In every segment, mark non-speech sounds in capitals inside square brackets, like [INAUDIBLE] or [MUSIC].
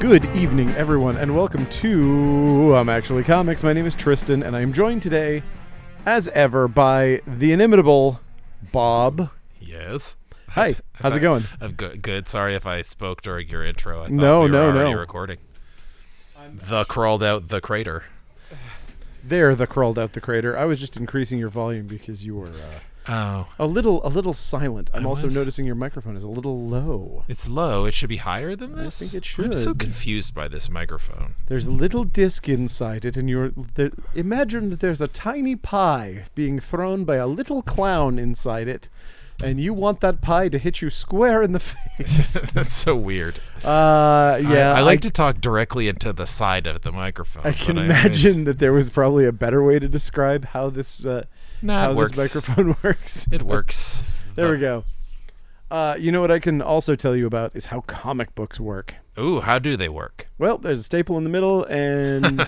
Good evening, everyone, and welcome to I'm Actually Comics. My name is Tristan, and I am joined today, as ever, by the inimitable Bob. Yes. Hi, how's it going? I'm good. Good. Sorry if I spoke during your intro. I thought No, we were no, already no. Recording. the crawled out the crater. There, the crawled out the crater. I was just increasing your volume because you were uh, Oh, a little, a little silent. I'm also was? noticing your microphone is a little low. it's low. It should be higher than this. think it I'm so should. confused by this microphone. [LAUGHS] There's a little disc inside it, and you're there, imagine that there's a tiny pie being thrown by a little clown inside it, and you want that pie to hit you square in the [LAUGHS] face. That's so weird. Uh, yeah, I, I like I, to talk directly into the side of the microphone. I but can always- imagine that there was probably a better way to describe how this uh, Nah, how it works. this microphone [LAUGHS] works. It works. There we go. Uh, you know what I can also tell you about is how comic books work. Ooh, how do they work? Well, there's a staple in the middle, [LAUGHS] and uh,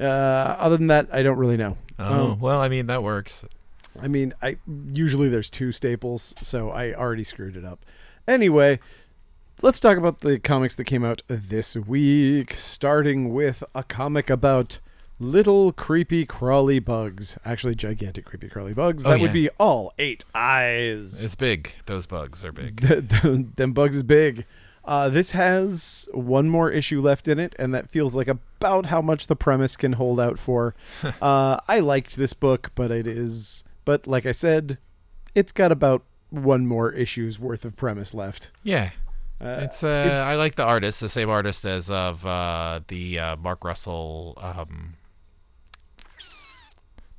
other than that, I don't really know. Oh, well, I mean that works. I mean, I usually there's two staples, so I already screwed it up. Anyway, let's talk about the comics that came out this week, starting with a comic about little creepy crawly bugs. Actually, gigantic creepy crawly bugs. Oh, that would yeah. be all eight eyes. It's big. Those bugs are [LAUGHS] big. Them bugs is big. Uh, this has one more issue left in it, and that feels like about how much the premise can hold out [LAUGHS] for. uh, I liked this book, but it is, but like I said, it's got about one more issue's worth of premise left. Yeah. it's, uh, it's- I like the artist, the same artist as of uh, the uh, Mark Russell, um,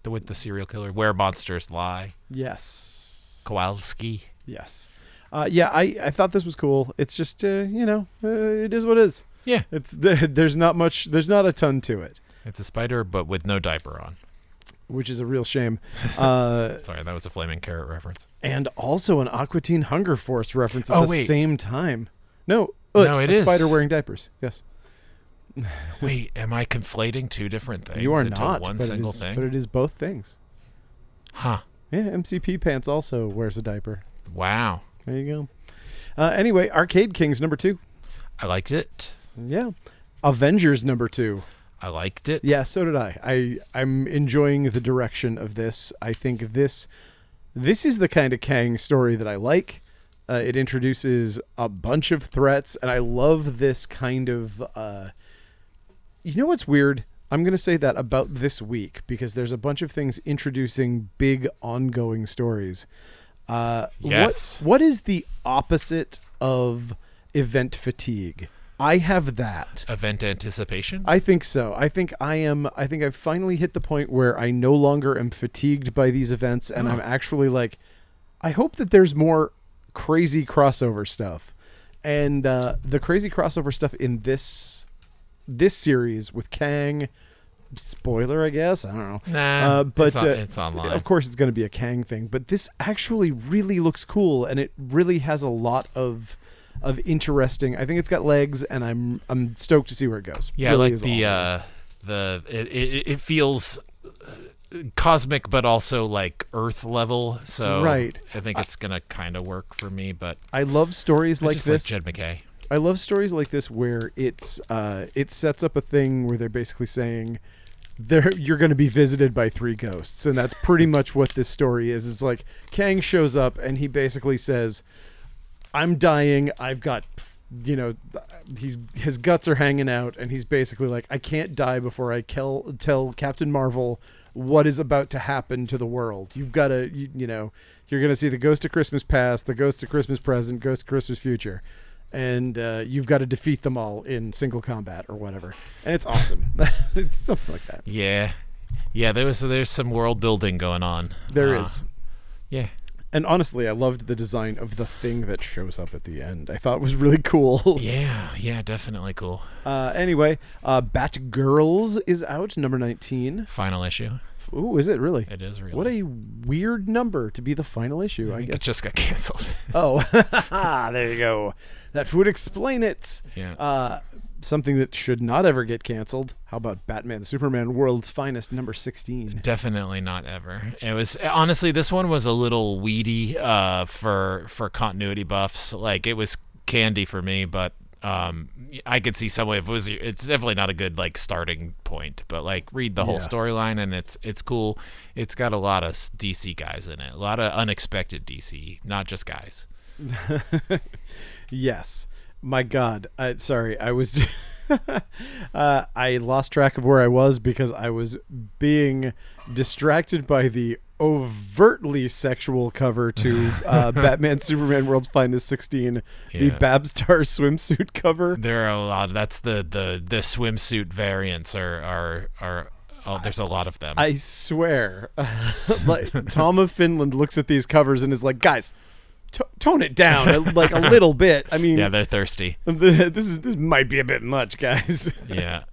the with the serial killer, where monsters lie, Yes, Kowalski. yes, uh, yeah. I I thought this was cool. It's just uh, you know, uh, it is what it is. Yeah, It's [LAUGHS] there's not much, there's not a ton to it, it's a spider, but with no diaper on. which is a real [LAUGHS] shame. Uh, Sorry, that was a flaming carrot reference. and also an Aqua Teen Hunger Force reference at Oh, the wait. same time. No, No, it, it a is. spider wearing diapers. Yes, Wait, am I conflating two different things? you are into not. one but, single it is, thing. but it is both things. huh? Yeah, MCP Pants also wears a diaper. Wow, There you go. Uh, anyway, Arcade Kings number two. I liked it. Yeah, Avengers number two. I liked it. Yeah, so did I. I I'm enjoying the direction of this. I think this this is the kind of Kang story that I like. Uh, it introduces a bunch of threats, and I love this kind of. Uh, you know what's weird? I'm gonna say that about this week because there's a bunch of things introducing big ongoing stories. Uh, what- Yes. what is the opposite of event fatigue? I have that. Event anticipation. I think so. I think I am. I think I've finally hit the point where I no longer am fatigued by these events, Ah. and I'm actually like, I hope that there's more crazy crossover stuff, and uh, the crazy crossover stuff in this this series with Kang. Spoiler, I guess. I don't know. Nah, uh, but it's on- uh, it's online. Of course, it's going to be a Kang thing. But this actually really looks cool, and it really has a lot of of interesting. I think it's got legs, and I'm I'm stoked to see where it goes. Yeah, Really I like is the all it is. uh, the it, it, it feels uh, cosmic, but also like Earth level. So Right. I think it's gonna kind of work for me. But I love stories I like just this. like Jed McKay. I love stories like this where it's uh, it sets up a thing where they're basically saying there you're going to be visited by three ghosts, and that's pretty much what this story is. It's like Kang shows up and he basically says, "I'm dying. I've got." You know, he's his guts are hanging out, and he's basically like, "I can't die before I kill, tell Captain Marvel what is about to happen to the world. You've got to, you, you know, you're going to see the ghost of Christmas past, the ghost of Christmas present, ghost of Christmas future." and uh, you've got to defeat them all in single combat or whatever. And it's awesome. [LAUGHS] it's something like that. Yeah, yeah. There was there's some world building going on. There is, Uh, Yeah. And honestly, I loved the design of the thing that shows up at the end. I thought it was really cool. Yeah, yeah, definitely cool. [LAUGHS] Uh, anyway, uh, Batgirls is out, number 19. Final issue. Ooh, is it really? It is really. What a weird number to be the final issue, I, I think guess. it just got [LAUGHS] canceled. Oh, [LAUGHS] there you go. That would explain it. Yeah. Uh, something that should not ever get canceled. How about Batman Superman World's Finest number 16? Definitely not ever. It was honestly this one was a little weedy uh, for for continuity buffs. Like it was candy for me, but um, I could see some way if it was. It's definitely not a good like starting point, but like read the whole Yeah. storyline and it's it's cool. It's got a lot of s- DC guys in it, a lot of unexpected DC, not just guys. Yes. My God. I, sorry, I was. [LAUGHS] uh, I lost track of where I was because I was being distracted by the overtly sexual cover to [LAUGHS] uh, Batman Superman World's Finest 16, the Yeah. Babstar [LAUGHS] swimsuit cover. There are a lot. That's the the the swimsuit variants are are are. Oh, there's a lot of them. I swear. [LAUGHS] like Tom of Finland looks at these covers and is like, guys, t- tone it down uh, like [LAUGHS] a little bit. I mean, yeah, they're thirsty. this is this might be a bit much, guys. [LAUGHS] Yeah,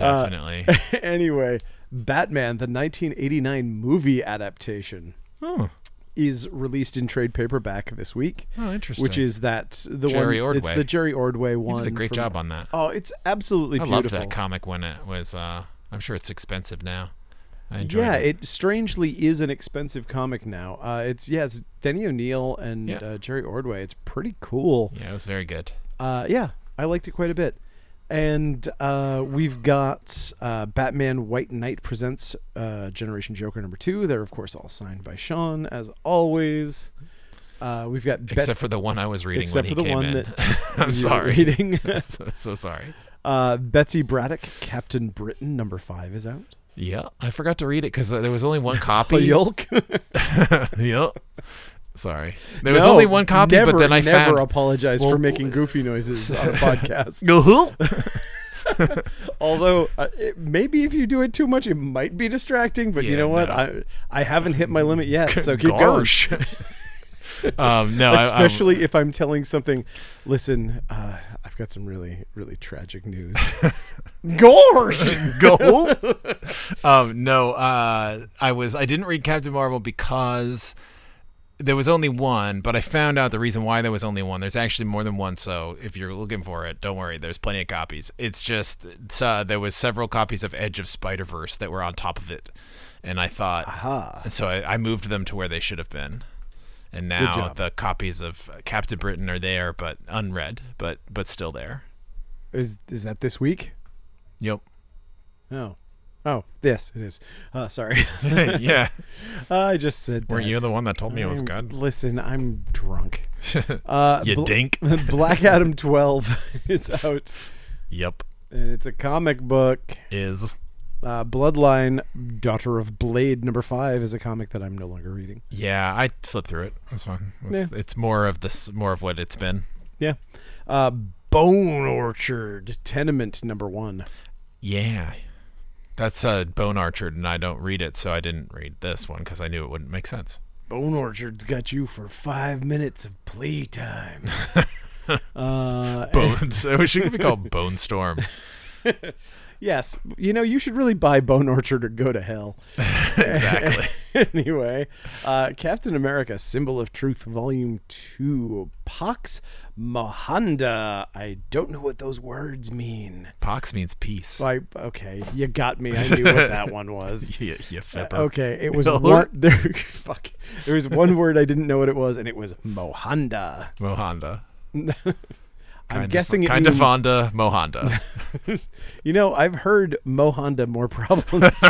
Uh, definitely. anyway, Batman, the 1989 movie adaptation, oh, is released in trade paperback this week. Oh, interesting. Which is that the Jerry one? It's Ordway. the Jerry Ordway one. did a great from- job on that. Oh, it's absolutely I loved beautiful. that comic when it was. Uh, I'm sure it's expensive now. I enjoyed yeah, it. it strangely is an expensive comic now. Uh, it's yeah, it's Denny O'Neil and Yeah. uh, Jerry Ordway. It's pretty cool. Yeah, it was very good. Uh, yeah, I liked it quite a bit. And uh, we've got uh, Batman White Knight presents uh, Generation Joker number two. They're of course all signed by Sean as always. Uh, we've got Bet- except [LAUGHS] for the one I was reading except when for the he came one in. that [LAUGHS] I'm you're sorry. reading [LAUGHS] so, so sorry. uh, Betsy Braddock Captain Britain number five is out. Yeah, I forgot to read it because there was [LAUGHS] only Oh, one copy. [LAUGHS] Yolk. Yep. Sorry, there was only one copy, Never, but then I never found. apologize for Well, making goofy noises [LAUGHS] on a podcast. Gahul? Although uh, it, maybe if you do it too much, it might be distracting. But you Yeah, know what? no. I I haven't hit my limit yet, [LAUGHS] so keep going. Gosh. [LAUGHS] um, no, I- I'm- Especially if I'm telling something. Listen, uh, I've got some really really tragic [LAUGHS] news. Gorge. go. um, no, uh, I was. I didn't read Captain Marvel because there was only one, but I found out the reason why there was only one. There's actually more than one, so if you're looking for it, don't worry. There's plenty of copies. It's just it's, uh, there was several copies of Edge of Spider Verse that were on top of it, and I thought, Aha. and so I, I moved them to where they should have been. And now job. the copies of Captain Britain are there, but unread, but but still there. Is is that this week? Yep. Oh. Oh, yes, it is. Uh, sorry, [LAUGHS] [LAUGHS] yeah. I just said. [LAUGHS] Weren't that. you the one that told me it was I'm- good? Listen, I'm [LAUGHS] drunk. Uh, You Bl- dink. [LAUGHS] Black Adam 12 [LAUGHS] is out, Yep. and it's a comic book. Is. Uh, Bloodline, Daughter of Blade, number five, is a comic that I'm no longer reading. Yeah, I flipped through it. That's fine. It's, it's more of this, more of what it's been. Yeah. Uh, Bone Orchard, Tenement, number one. Yeah. That's uh, Bone Archer, and I don't read it, so I didn't read this one because I knew it wouldn't make [LAUGHS] sense. Bone Orchard's got you for five minutes of playtime. uh, Bone, [LAUGHS] so it should be called Bone Storm. yes. You know, you should really buy Bone Orchard or go to hell. [LAUGHS] [LAUGHS] exactly. anyway, uh, Captain America: Symbol of Truth, Volume Two, Pax Mahanda. I don't know what those words mean. [LAUGHS] Pox means peace. [LAUGHS] Like, okay, you got me. I knew what that one was. you, you fipper. uh, Okay, it was [LAUGHS] Miller? one. [LAUGHS] There, fuck. There was one word I didn't know what it was, and it was Mohanda. Mohanda. I'm guessing it kind means. of Honda, Mohanda. [LAUGHS] You know, I've heard Mohanda more [LAUGHS] problems.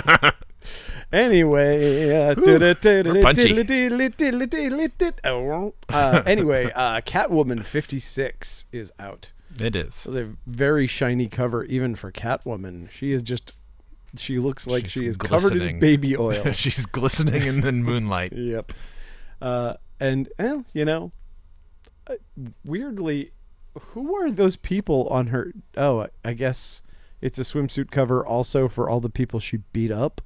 anyway, uh, we're punchy. uh, anyway, uh, Catwoman 56 is out. it It is. was a very shiny cover, even for Catwoman. She is just, she looks like she She's is covered in glistening. baby [LAUGHS] oil. She's glistening in the [LAUGHS] moonlight. yep. Uh, and, well, you know, uh, weirdly, who are those people on her? Oh, I- I guess it's a swimsuit cover also for all the people she beat up.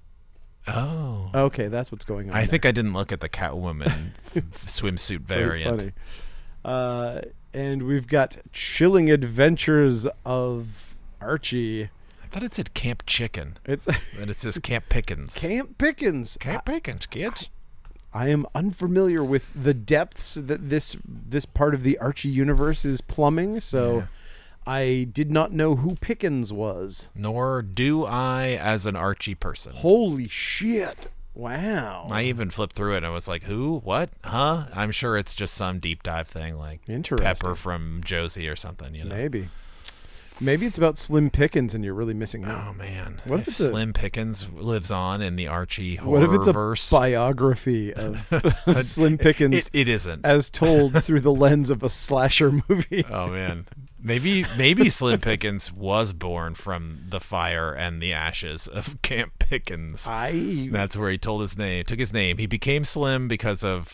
Oh. Okay, that's what's going on. I there. think I didn't look at [LAUGHS] the Catwoman swimsuit Pretty variant. Funny. Uh, and we've got Chilling Adventures of Archie. I thought it said Camp Chicken, It's [LAUGHS] but it says Camp Pickens. Camp Pickens. Camp Pickens, kids. I am unfamiliar with the depths that this this part of the Archie universe is plumbing, so Yeah. I did not know who Pickens was. Nor do I, as an Archie person. Holy shit. Wow. I even flipped through it and I was like, who? What? Huh? I'm sure it's just some deep dive thing like Interesting. Pepper from Josie or something, you know? Maybe. Maybe it's about Slim Pickens and you're really missing out. Oh man, What if if, it's a- Slim Pickens lives on in the Archie horror what if it's a verse? biography [LAUGHS] of Slim Pickens It, it isn't. as told through the lens of a slasher [LAUGHS] movie? oh man, maybe maybe Slim Pickens was born from the fire and the ashes of Camp Pickens. I That's where he told his name, took his name. He became Slim because of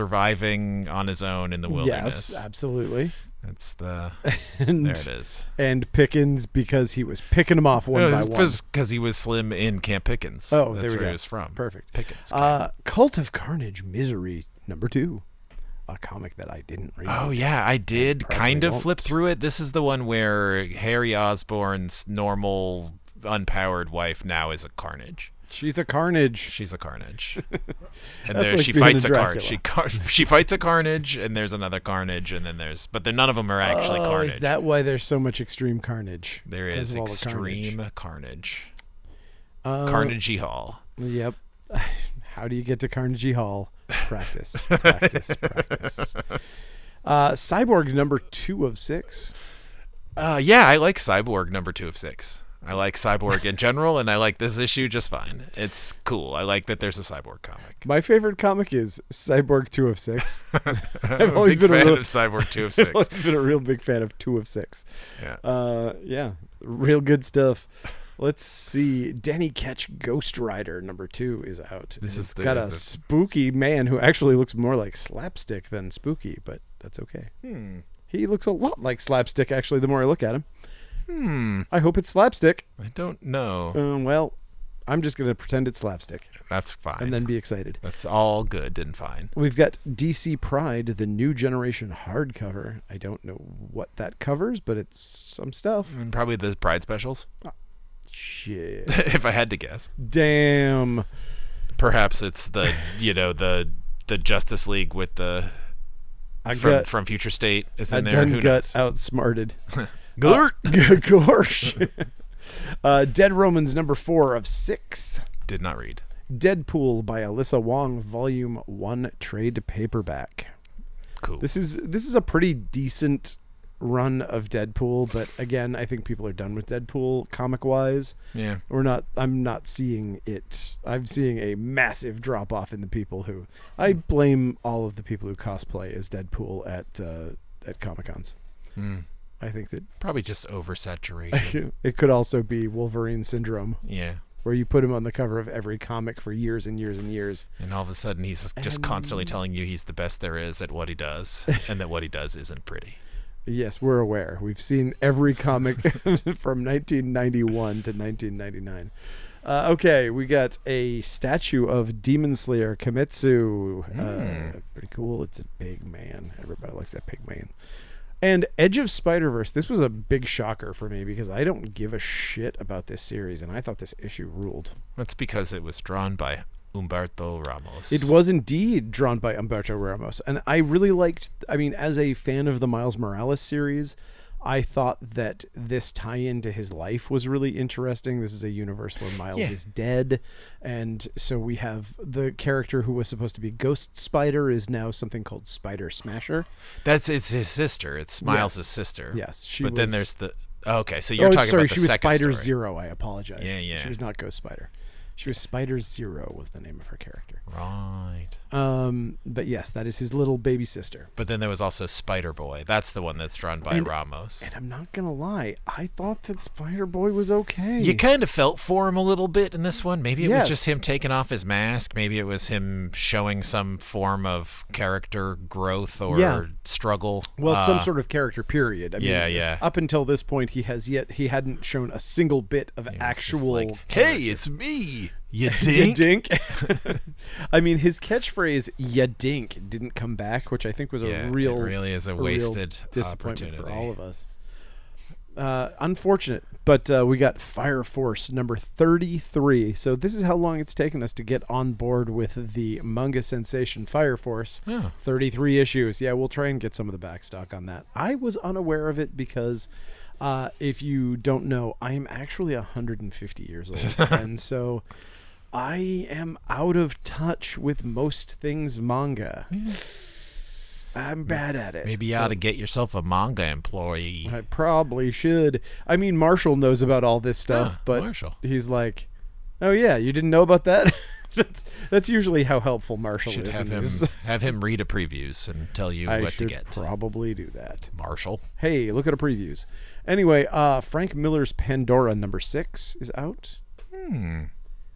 surviving on his own in the wilderness. yes, absolutely. That's the there it And is. and Pickens because he was picking them off one by one. because he was Slim in Camp Pickens. Oh, that's there we where go. he was from. Perfect. Pickens. Uh, Cult of Carnage, Misery number two, a comic that I didn't read. Oh yeah, I did probably kind of won't. flip through it. This is the one where Harry Osborn's normal unpowered wife now is a carnage. She's a Carnage. She's a [LAUGHS] carnage. And That's there like she being fights a in car- Dracula. she car- [LAUGHS] she fights a carnage and there's another carnage and then there's but then none of them are actually oh, carnage. is that why there's so much extreme carnage? there 'Cause is of all the extreme carnage. Uh, Carnegie Hall. Yep. [SIGHS] How do you get to Carnegie Hall? [LAUGHS] Practice, practice, practice. Uh, Cyborg number two of six. Uh, yeah, I like Cyborg number two of six. I like Cyborg in general, and I like this issue just fine. It's cool. I like that there's a Cyborg comic. My favorite comic is Cyborg two of [LAUGHS] six. [LAUGHS] I've I'm always a Oh, big been a fan real- of Cyborg two of I've six. always been a real big fan of two of six. Yeah. Uh, yeah, real good stuff. Let's see. Danny Ketch Ghost Rider number two is out. And This is it's the- got a is it- spooky man who actually looks more like slapstick than spooky, but that's okay. Hmm. He looks a lot like slapstick actually. The more I look at him, I hope it's slapstick. Hmm. I don't know. Um, well, I'm just gonna pretend it's slapstick That's fine. and then be excited. That's all good and fine. We've got DC Pride, the new generation hardcover. I don't know what that covers, but it's some stuff. And probably the Pride specials, [LAUGHS] Shit. if I had to guess. Damn. Perhaps it's the you know the the Justice League with the I from got from Future State is I in there. done Who got knows? [LAUGHS] outsmarted. Glurt! [LAUGHS] Gorsh. uh, Dead Romans number four of six. Did not read. Deadpool by Alyssa Wong, volume one, trade paperback. Cool. This is this is a pretty decent run of Deadpool, but again, I think people are done with Deadpool comic wise. yeah. We're not. I'm not seeing it. I'm seeing a massive drop off in the people who. I blame all of the people who cosplay as Deadpool at uh, at comic cons. Mm. I think that [LAUGHS] Probably just oversaturation. it could also be Wolverine syndrome, yeah. where you put him on the cover of every comic for years and years and years. And all of a sudden, he's just constantly telling you he's the best there is at what [LAUGHS] he does, and that what he does isn't pretty. Yes, we're aware. We've seen every comic [LAUGHS] from 1991 to 1999. Uh, okay, we got a statue of Demon Slayer Kimetsu. Uh, pretty cool. It's a big man. Everybody likes that big man. And Edge of Spider Verse. This was a big shocker for me because I don't give a shit about this series, and I thought this issue ruled. That's because it was drawn by Umberto Ramos. It was indeed drawn by Umberto Ramos, and I really liked. I mean, as a fan of the Miles Morales series, I thought that this tie-in to his life was really interesting. This is a universe where Miles Yeah. is dead, and so we have the character who was supposed to be Ghost Spider is now something called Spider Smasher. That's it's his sister. It's Miles' sister. Yes, she but then was- there's the. oh, okay, so you're oh, talking sorry, about the she was second Spider story. Zero. I apologize. Yeah, yeah. She was not Ghost Spider. She was Spider Zero was the name of her character. Right. Um, but yes, that is his little baby sister. But then there was also Spider Boy. That's the one that's drawn by And- Ramos. And I'm not gonna lie, I thought that Spider Boy was okay. you kind of felt for him a little bit in this one. Maybe it was just Yes. him taking off his mask. Maybe it was him showing some form of character growth or Yeah. struggle. well, some Uh, sort of character period. I mean, yeah, it's- yeah. Up until this point, he has yet he hadn't shown a single bit of actual. hey, it's me, [LAUGHS] Ya you dink. [LAUGHS] dink. I mean, his catchphrase "ya dink" didn't come back, which I think was a Yeah, it real, really is a real wasted disappointment for opportunity. all of us. Uh, unfortunate, but uh, we got Fire Force number thirty-three. So this is how long it's taken us to get on board with the manga sensation Fire Force. Oh. Thirty-three issues. Yeah, we'll try and get some of the back stock on that. I was unaware of it because. Uh, if you don't know, I am actually 150 years old, and so I am out of touch with most things manga. I'm bad at it. Maybe you So ought to get yourself a manga employee. I probably should. I mean, Marshall knows about all this stuff, Ah, but Marshall. he's like, "Oh yeah, you didn't know about that." [LAUGHS] that's that's usually how helpful Marshall Should is. have in him these. have him read a previews and tell you [LAUGHS] I what to should get. probably do that. [LAUGHS] Marshall. Hey, look at our previews. Anyway, uh, Frank Miller's Pandora number six is out. Hmm.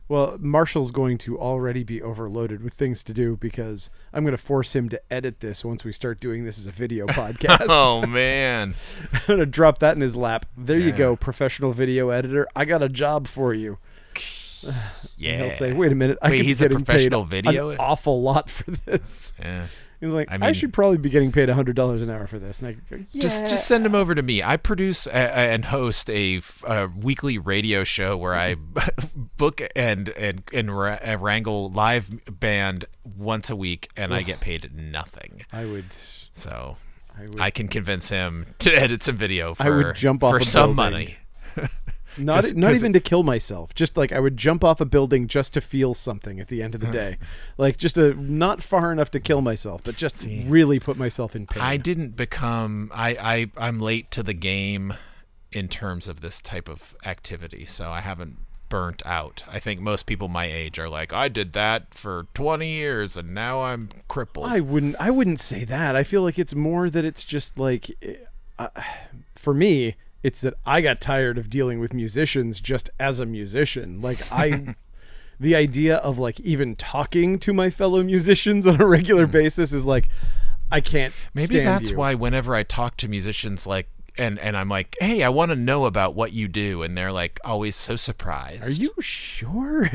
Well, Marshall's going to already be overloaded with things to do because I'm going to force him to edit this once we start doing this as a [LAUGHS] video podcast. Oh man. I'm going [LAUGHS] to drop that in his lap. There you go, professional video editor. I got a job for you. Yeah. He'll say, "Wait a minute, I Wait, could be he's a getting professional paid video an ed- awful lot for [LAUGHS] this." Yeah. He's like, "I, I mean- should probably be getting paid hundred dollars an hour for this." And I go, yeah. Just just send him over to me. I produce a, a- and host a, f- a weekly radio show where I Mm-hmm. [LAUGHS] book and and and ra- uh, wrangle live band once a week, and I get paid nothing. I would, So I would I can convince him to edit some video for I would jump off for a some building. money. Not 'Cause- not 'cause- even to kill myself. Just like I would jump off a building just to feel something at the end [LAUGHS] of the day, like just a not far enough to kill myself, but just really put myself in pain. I didn't become I, I I'm late to the game in terms of this type of activity, so I haven't burnt out. I think most people my age are like, I did that for 20 years and now I'm crippled. I wouldn't. I wouldn't say that. I feel like it's more that it's just like, uh, for me, it's that I got tired of dealing with musicians just as a musician. Like [LAUGHS] I, the idea of like even talking to my fellow musicians [LAUGHS] on a regular basis is like, I can't. Mm. Maybe stand that's you. why whenever I talk to musicians like and and I'm like, "Hey, I want to know about what you do." And they're like always so surprised. Are [LAUGHS] you sure? [LAUGHS]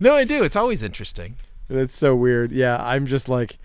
No, I do. It's always interesting. That's so weird. Yeah, I'm just like,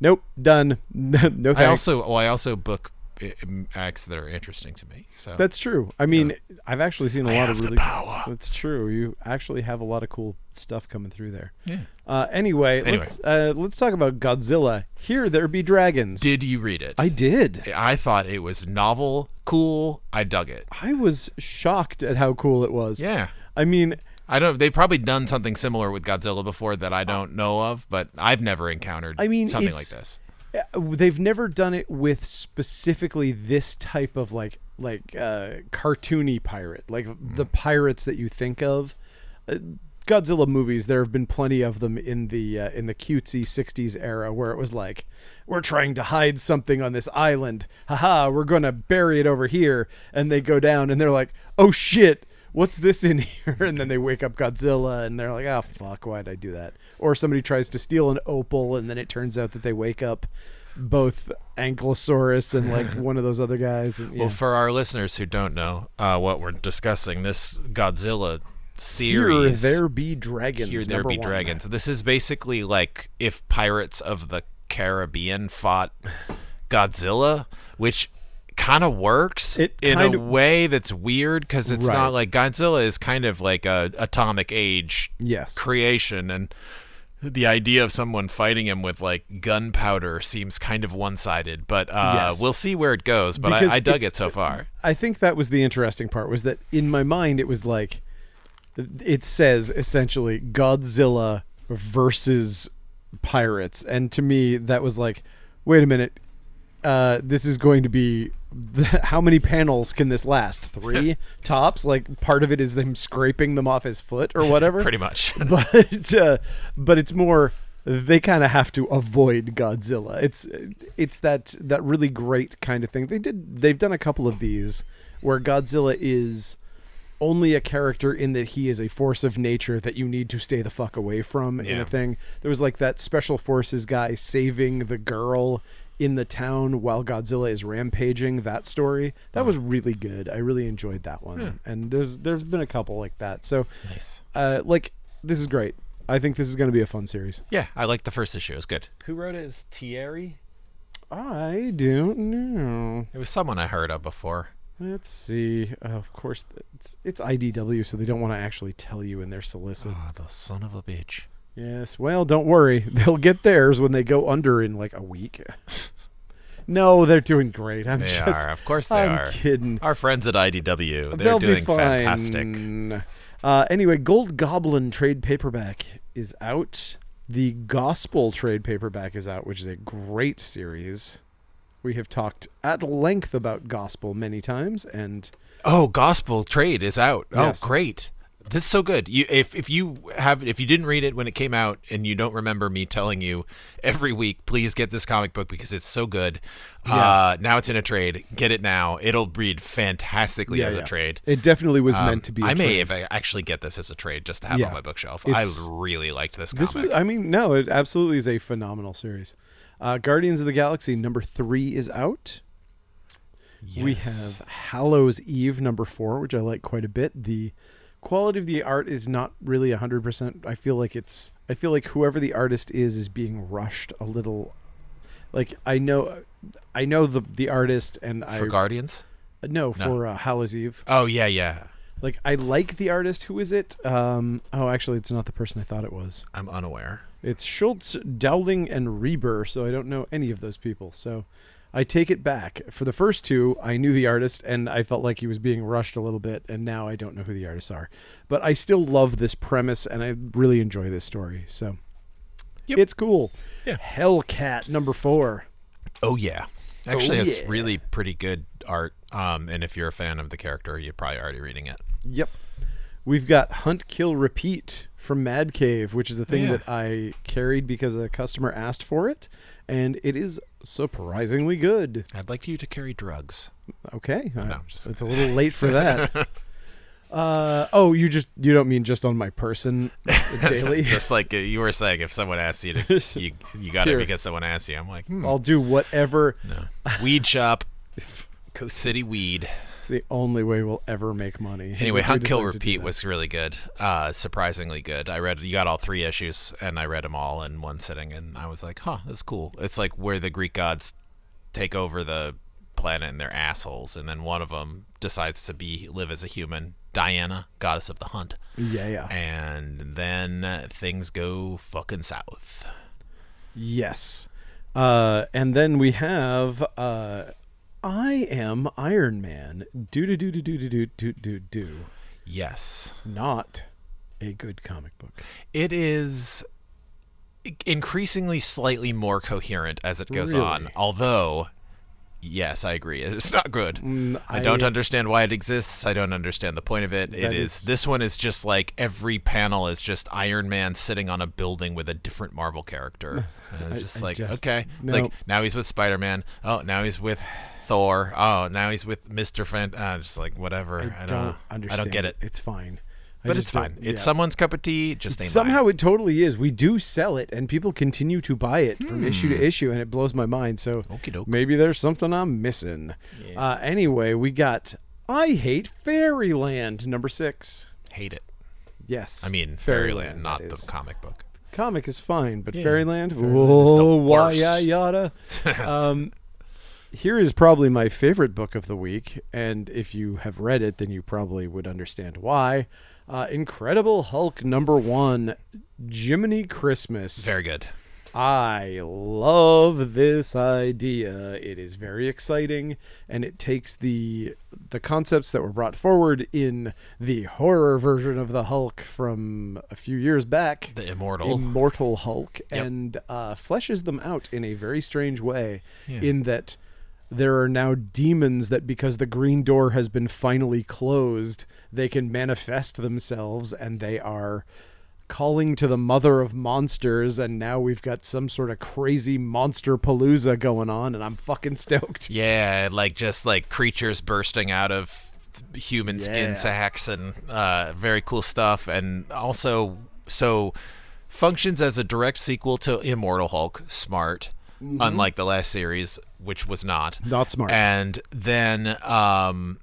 nope, done. [LAUGHS] no thanks. I also well, I also book uh, um, acts that are interesting to me. So that's true. I mean, I've actually seen a lot have of the really. power. That's true. You actually have a lot of cool stuff coming through there. Yeah. Uh, anyway, let's uh, let's talk about Godzilla. Here there be dragons. Did you read it? I did. I thought it was novel, cool. I dug it. I was shocked at how cool it was. Yeah. I mean, I don't. They've probably done something similar with Godzilla before that I don't know of, but I've never encountered. I mean, something like it's- this. uh, they've never done it with specifically this type of like like uh, cartoony pirate, like Mm. the pirates that you think of. Uh, Godzilla movies, there have been plenty of them in the uh, in the cutesy '60s era, where it was like, we're trying to hide something on this island, haha, we're gonna bury it over here, and they go down and they're like, oh shit, what's this in [LAUGHS] here? And then they wake up Godzilla and they're like, oh fuck, why'd I do that? Or somebody tries to steal an opal, and then it turns out that they wake up both Ankylosaurus and [LAUGHS] like one of those other guys. And, yeah. Well, for our listeners who don't know uh, what we're discussing, this Godzilla Here series, there be dragons. Here there number be one. dragons. This is basically like if Pirates of the Caribbean fought Godzilla, which kind of works It in kind a of- way that's weird because it's Right. not like Godzilla is kind of like a atomic age Yes. creation and the idea of someone fighting him with like gunpowder seems kind of one-sided but uh, Yes. we'll see where it goes but Because I, I dug it's- it [LAUGHS] so far I think that was the interesting part was that in my mind it was like it says essentially Godzilla versus pirates and to me that was like wait a minute uh, this is going to be [LAUGHS] how many panels can this last three tops like part of it is him scraping them off his foot or whatever pretty much [LAUGHS] but uh, but it's more they kind of have to avoid Godzilla. It's it's that that really great kind of thing. They did they've done a couple of these where Godzilla is only a character in that he is a force of nature that you need to stay the fuck away from in Yeah. a thing. There was like that special forces guy saving the girl in the town while Godzilla is rampaging that story. That Hmm. was really good. I really enjoyed that one. And there's there's been a couple like that. So nice uh, like this is great. I think this is going to be a fun series. yeah i like the first issue it was good Who wrote it? Is Thierry? I don't know. it was someone i heard of before Let's see. Uh, of course, it's, it's IDW, so they don't want to actually tell you in their [SIGHS] solicit. Ah, the son of a bitch Yes. Well, don't worry. [LAUGHS] They'll get theirs when they go under in like a week. [LAUGHS] no, they're doing great. I'm They just. are. Of course they I'm are. kidding. Our friends at IDW, they're They'll be doing fine. fantastic. Uh, anyway, Gold Goblin trade paperback is out. The Gospel trade paperback is out, which is a great series. We have talked at length about Gospel many times, and Oh, Gospel Trade is out. Yes. Oh, great. This is so good. You if if you have if you didn't read it when it came out and you don't remember me telling you every week, please get this comic book because it's so good. Uh, now it's in a trade. Get it now. It'll read fantastically as a trade. It definitely was Um, meant to be. a I may trade. if I actually get this as a trade just to have Yeah. on my bookshelf. It's- I really liked this comic. This, was- I mean, no, it absolutely is a phenomenal series. Uh, Guardians of the Galaxy number three is out. We Yes. have Hallows Eve number four, which I like quite a bit. The quality of the art is not really hundred percent. I feel like it's. I feel like whoever the artist is is being rushed a little. Like I know, I know the the artist, and I for Guardians. no for uh, Hallows Eve. Oh yeah, yeah. Like I like the artist. Who is it? Um. Oh, actually, it's not the person I thought it was. I'm unaware. It's Schultz, Dowling, and Reber, so I don't know any of those people. So I take it back. For the first two, I knew the artist and I felt like he was being rushed a little bit, and now I don't know who the artists are. But I still love this premise and I really enjoy this story. So Yep. it's cool. Yeah. Hellcat number four. Oh yeah. Actually, it's yeah. really pretty good art. Um, and if you're a fan of the character, you're probably already reading it. Yep. We've got Hunt Kill Repeat from Mad Cave, which is a thing Yeah. that I carried because a customer asked for it, and it is surprisingly good. I'd like you to carry drugs. Okay, uh, I'm [LAUGHS] just- it's a little late for that. uh, oh, you just you don't mean just on my [LAUGHS] person daily? [LAUGHS] Just like uh, you were saying, if someone asks you to, you, you got Here. it because someone asks you. I'm like, hmm, I'll do whatever. no. Weed [LAUGHS] shop, Coast City Weed. It's the only way we'll ever make money. is Anyway, if we Hunt Kill decide to do Repeat that. was really good. Uh, surprisingly good. I read you got all three issues, and I read them all in one sitting, and I was like, huh, that's cool. It's like where the Greek gods take over the planet and they're assholes, and then one of them decides to be live as a human, Diana, goddess of the hunt, yeah, yeah, and then uh, things go fucking south. yes. Uh, and then we have uh, I am Iron Man. Do do do do do do do do do do. Yes. Not a good comic book. It is i- increasingly slightly more coherent as it goes on. Really? Although, yes, I agree. [LAUGHS] It's not good. I, Mm, I- don't understand why it exists. I don't understand the point of it. It That is, is- this one is just like every panel is just Iron Man sitting on a building with a different [LAUGHS] Marvel character. And it's I- just I like just- okay. It's no. like now he's with Spider Man. Oh, now he's with Thor. Oh, now he's with Mister Fan. Uh, just like whatever. I, I don't. don't know. understand. I don't get it. It's fine. I But just it's don't- fine. It's yeah. someone's cup of tea. Just ain't mine. Somehow it totally is. We do sell it, and people continue to buy it from issue to issue, and it blows my mind. So Hmm. Okie doke. maybe there's something I'm missing. Uh, anyway, we got I Hate Fairyland number six. hate it. Yes, I mean, that Fairyland, not the is. comic book. comic is fine, but Fairyland, the oh, why worst. yada yada. um, here is probably my favorite book of the week, and if you have read it, then you probably would understand why. Uh, Incredible Hulk number one, Jiminy Christmas. Very good. I love this idea. It is very exciting and it takes the the concepts that were brought forward in the horror version of the Hulk from a few years back The Immortal. immortal Hulk Yep. and uh, fleshes them out in a very strange way. Yeah. In that there are now demons that, because the green door has been finally closed, they can manifest themselves and they are calling to the mother of monsters. And now we've got some sort of crazy monster palooza going on, and I'm fucking stoked. yeah, like just like creatures bursting out of human Yeah. skin sacks and uh, very cool stuff. And also, so functions as a direct sequel to Immortal Hulk. Smart. Unlike the last series, which was not. Mm-hmm. Not smart. And then um,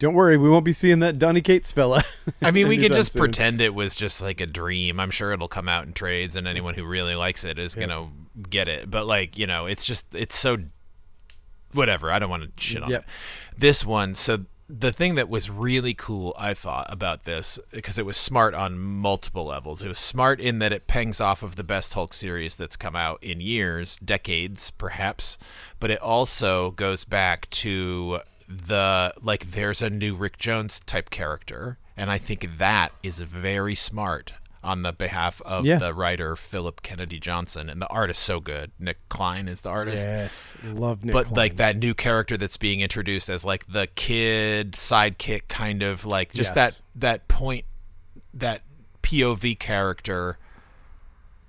Don't worry, we won't be seeing that Donny Cates fella. [LAUGHS] I mean, we could anytime just soon. pretend it was just like a dream. I'm sure it'll come out in trades, and anyone who really likes it is gonna get it. But like, you know, it's just it's so whatever. I don't want to shit on Yep. it. This one, so the thing that was really cool, I thought about this because it was smart on multiple levels. It was smart in that it pangs off of the best Hulk series that's come out in years, decades perhaps, but it also goes back to the like there's a new Rick Jones type character, and I think that is very smart. on the behalf of Yeah. the writer Philip Kennedy Johnson, and the artist so good. Nick Klein is the artist. Yes, love Nick. But Klein. like that new character that's being introduced as like the kid sidekick kind of like just Yes. that that point that POV character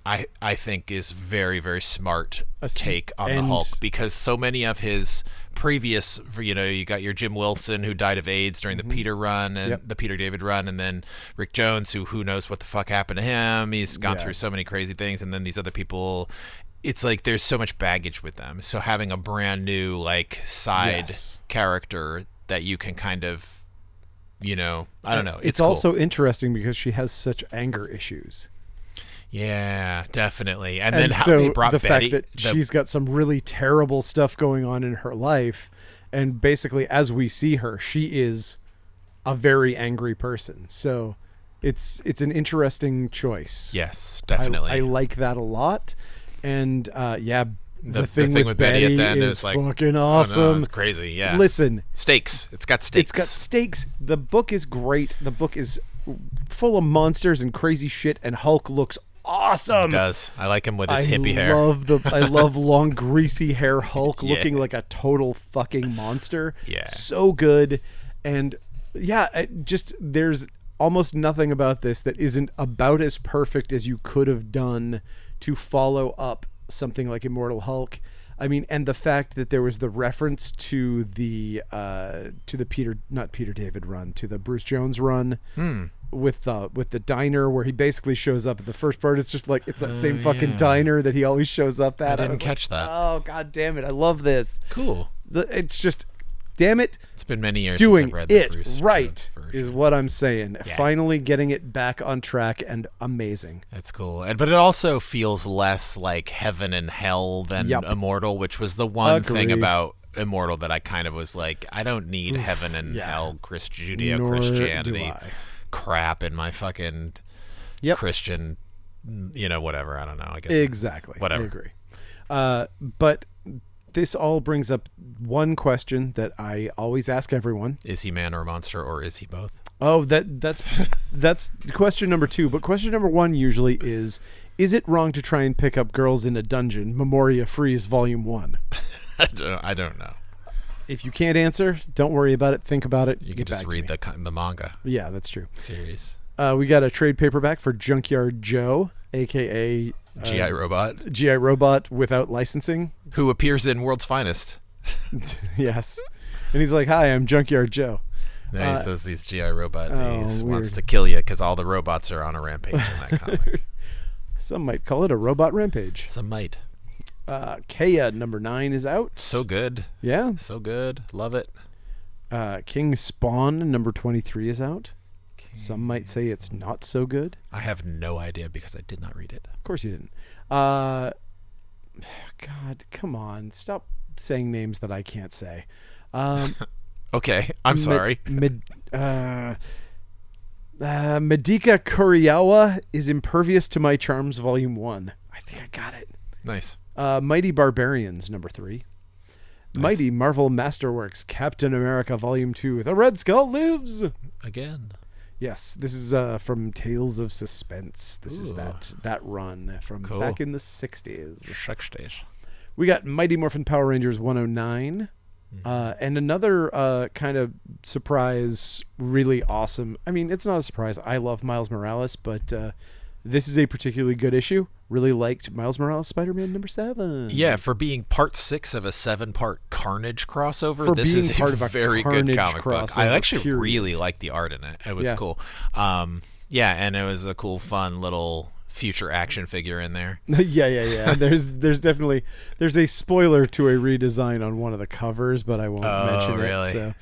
I I think is very very smart s- take on the and- Hulk because so many of his previous you know you got your Jim Wilson who died of AIDS during the Peter run and Mm-hmm. Yep. the Peter David run and then Rick Jones who who knows what the fuck happened to him he's gone Yeah. through so many crazy things and then these other people it's like there's so much baggage with them so having a brand new like side Yes. character that you can kind of you know I don't know it's, cool. also interesting because she has such anger issues. yeah definitely and, then and how so they brought the Betty fact that the- she's got some really terrible stuff going on in her life and basically as we see her she is a very angry person so it's it's an interesting choice yes I, definitely I like that a lot and uh yeah the, the thing, thing with with Betty at Betty the end is is like, fucking Oh, no, awesome it's crazy yeah listen stakes it's got stakes it's got stakes the book is great the book is full of monsters and crazy shit and Hulk looks awesome It does I like him with his I hippie hair love the I [LAUGHS] love long greasy hair Hulk Yeah. looking like a total fucking monster. Yeah. So good. And yeah, it just there's almost nothing about this that isn't about as perfect as you could have done to follow up something like Immortal Hulk. I mean, and the fact that there was the reference to the uh, to the Peter not Peter David run to the Bruce Jones run Hmm. with the with the diner where he basically shows up at the first part. It's just like it's that same fucking diner that he always shows up at. Oh, I didn't was catch like, that. Oh god damn it! I love this. cool The- It's just, damn it, it's been many years doing since I've read the it Bruce right Jones version. is what I'm saying. Finally getting it back on track and amazing. That's cool. And but it also feels less like heaven and hell than Yep. Immortal, which was the one thing Agree. about Immortal that I kind of was like, I don't need heaven and hell Christ Judeo Nor do Christianity I. crap in my fucking Yep. Christian you know, whatever. I don't know. I guess it's- Exactly. Whatever. I agree. Uh, but this all brings up one question that I always ask everyone. Is he man or a monster or is he both? [LAUGHS] Oh, that that's [LAUGHS] that's question number two. But question number one usually is: Is it wrong to try and pick up girls in a dungeon? Memoria Freeze, Volume One. I don't, I don't know. If you can't answer, don't worry about it. Think about it. You can just read the con- the manga Yeah, that's true. series. Uh, we got a trade paperback for Junkyard Joe, aka uh, GI Robot, GI Robot without licensing. [LAUGHS] who appears in World's Finest. yes, and he's like, "Hi, I'm Junkyard Joe." No, he says he's GI Robot. uh, oh, and he wants weird. to kill you because all the robots are on a rampage in that [LAUGHS] comic. Some might call it a robot rampage. Some might. Uh, Kea number nine is out. So good. yeah, So good. Love it. Uh, King Spawn number 23 is out. Some might say it's not so good. I have no idea because I did not read it. Of course you didn't. Uh, [SIGHS] God, come on. Stop saying names that I can't say. Um, Okay. I'm Med- sorry. Med, uh, uh, Medika Kuriyawa is Impervious to My Charms, Volume 1. I think I got it. Nice. Uh, Mighty Barbarians, number 3. Mighty Marvel Masterworks, Captain America, Volume 2. The Red Skull lives! Again. Yes, this is uh, from Tales of Suspense. This is Ooh. that that run from Cool. back in the '60s. Shuckstage. We got Mighty Morphin Power Rangers 109, Mm-hmm. uh, and another uh, kind of surprise, really awesome. I mean, it's not a surprise. I love Miles Morales, but uh, this is a particularly good issue. Really liked Miles Morales Spider-Man number seven. Yeah, for being part six of a seven part Carnage crossover, For this being is part a of a very Carnage good comic book. I crossover, actually period. really liked the art in it. It was Yeah. cool. Um, yeah, and it was a cool, fun little future action figure in there. [LAUGHS] [LAUGHS] yeah, yeah, yeah. There's there's definitely there's a spoiler to a redesign on one of the covers, but I won't mention Oh, really? it. So,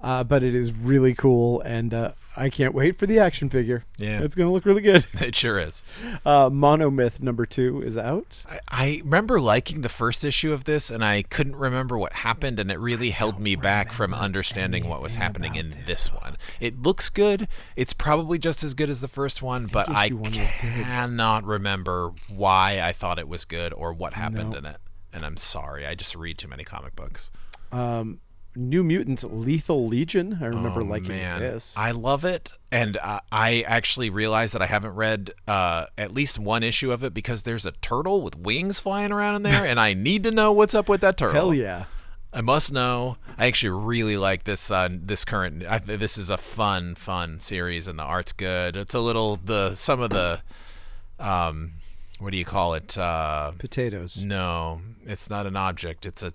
uh, but it is really cool, and uh, I can't wait for the action figure. Yeah. it's gonna look really [LAUGHS] good. It sure is. Uh, Monomyth number two is out. I, I remember liking the first issue of this, and I couldn't remember what happened, and it really held me back from understanding what was happening in this one. It looks good. It's probably just as good as the first one, but I issue one was good. cannot remember why I thought it was good or what happened No. in it. And I'm sorry, I just read too many comic books. New Mutants Lethal Legion. I remember Oh, liking man. this. I love it, and uh, I actually realized that I haven't read uh, at least one issue of it because there's a turtle with wings flying around in there, and I need to know what's up with that turtle. Hell yeah. I must know. I actually really like this uh, this current. I, th- this is a fun, fun series, and the art's good. It's a little the some of the, um, what do you call it? Uh, Potatoes. no, it's not an object. [LAUGHS] It's a.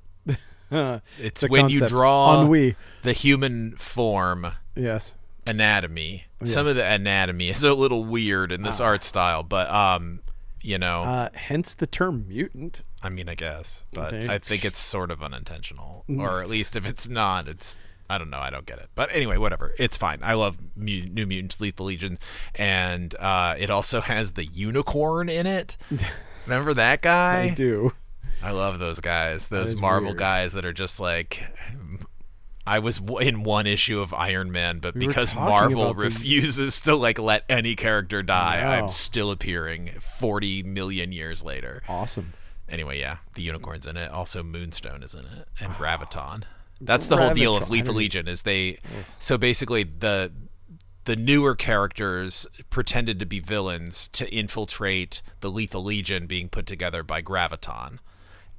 Huh. It's The when concept. you draw Ennui. the human form Yes. anatomy. Some of the anatomy is a little weird in Ah. this art style, but um, you know, Uh, hence the term mutant. I mean, I guess, but Okay. Mm. I think it's sort of unintentional, or at least if it's not, it's I don't know, I don't get it. But anyway, whatever, it's fine. I love Mu- New Mutants, Lethal Legion, and uh, it also [LAUGHS] has the unicorn [LAUGHS] in it. Remember that guy? I do. I love those guys, those is Marvel weird. guys that are just like. I was w- in one issue of Iron Man, but were because talking Marvel about the- refuses to like let any character die, Wow. I'm still appearing 40 million years later. Awesome. Anyway, yeah, the unicorns in it. Also, Moonstone is in it, and Graviton. That's the whole Graviton, deal I of Lethal didn't- Legion is they. So basically, the the newer characters pretended to be villains to infiltrate the Lethal Legion being put together by Graviton,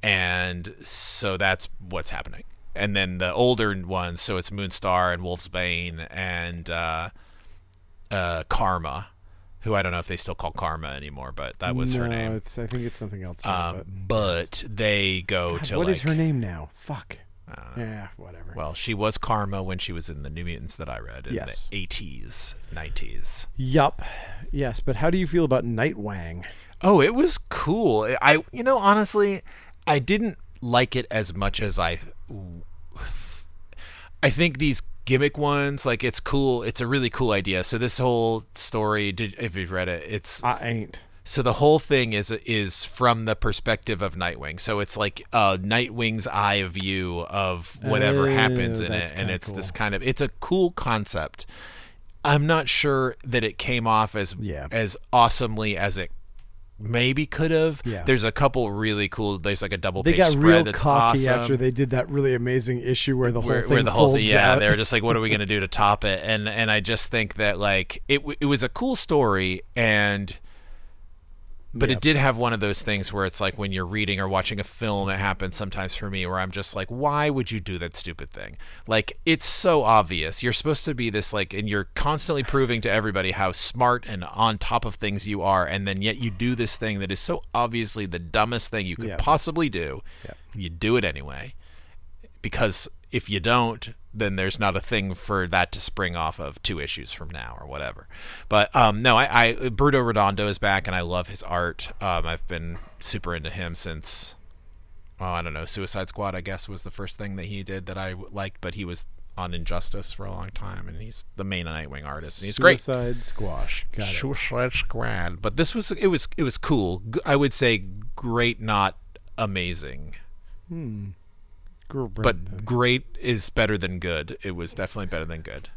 and so that's what's happening. And then the older ones, so it's Moonstar and Wolfsbane and uh, uh, Karma, who I don't know if they still call Karma anymore, but that was no, her name. it's. I think it's something else. now, Um, but they go but- to What like. is her name now? Fuck. Yeah. Whatever. Well, she was Karma when she was in the New Mutants that I read in Yes. the 80s, 90s. yup. Yes, but how do you feel about Nightwang? Oh, it was cool. I- I, you know, honestly, I didn't like it as much as I. I think these gimmick ones, like it's cool. It's a really cool idea. So this whole story, did, if you've read it, it's I ain't. So the whole thing is is from the perspective of Nightwing. So it's like uh, Nightwing's eye view of whatever Oh, happens in that's it, and kinda it's this cool. kind of it's a cool concept. I'm not sure that it came off as Yeah. as awesomely as it maybe could have. Yeah. There's a couple really cool. There's like a double They page got spread real that's cocky awesome after they did that really amazing issue where the whole where, thing where the whole folds thing, yeah, out. they were just like, what [LAUGHS] are we gonna do to top it? And and I just think that like it w- it was a cool story and. But it did have one of those things where it's like when you're reading or watching a film, it happens sometimes for me where I'm just like, why would you do that stupid thing? Like, it's so obvious. You're supposed to be this, like, and you're constantly proving to everybody how smart and on top of things you are. And then yet you do this thing that is so obviously the dumbest thing you could Yeah. possibly do. and You do it anyway because if you don't then there's not a thing for that to spring off of two issues from now or whatever but um, no I, I bruno redondo is back and i love his art um, i've been super into him since oh i don't know suicide squad i guess was the first thing that he did that i w- liked but he was on injustice for a long time and he's the main nightwing artist and he's great Suicide squash. Got it. Suicide Squad. But this was it was it was cool. G- I would say great, not amazing but great is better than good. It was definitely better than good.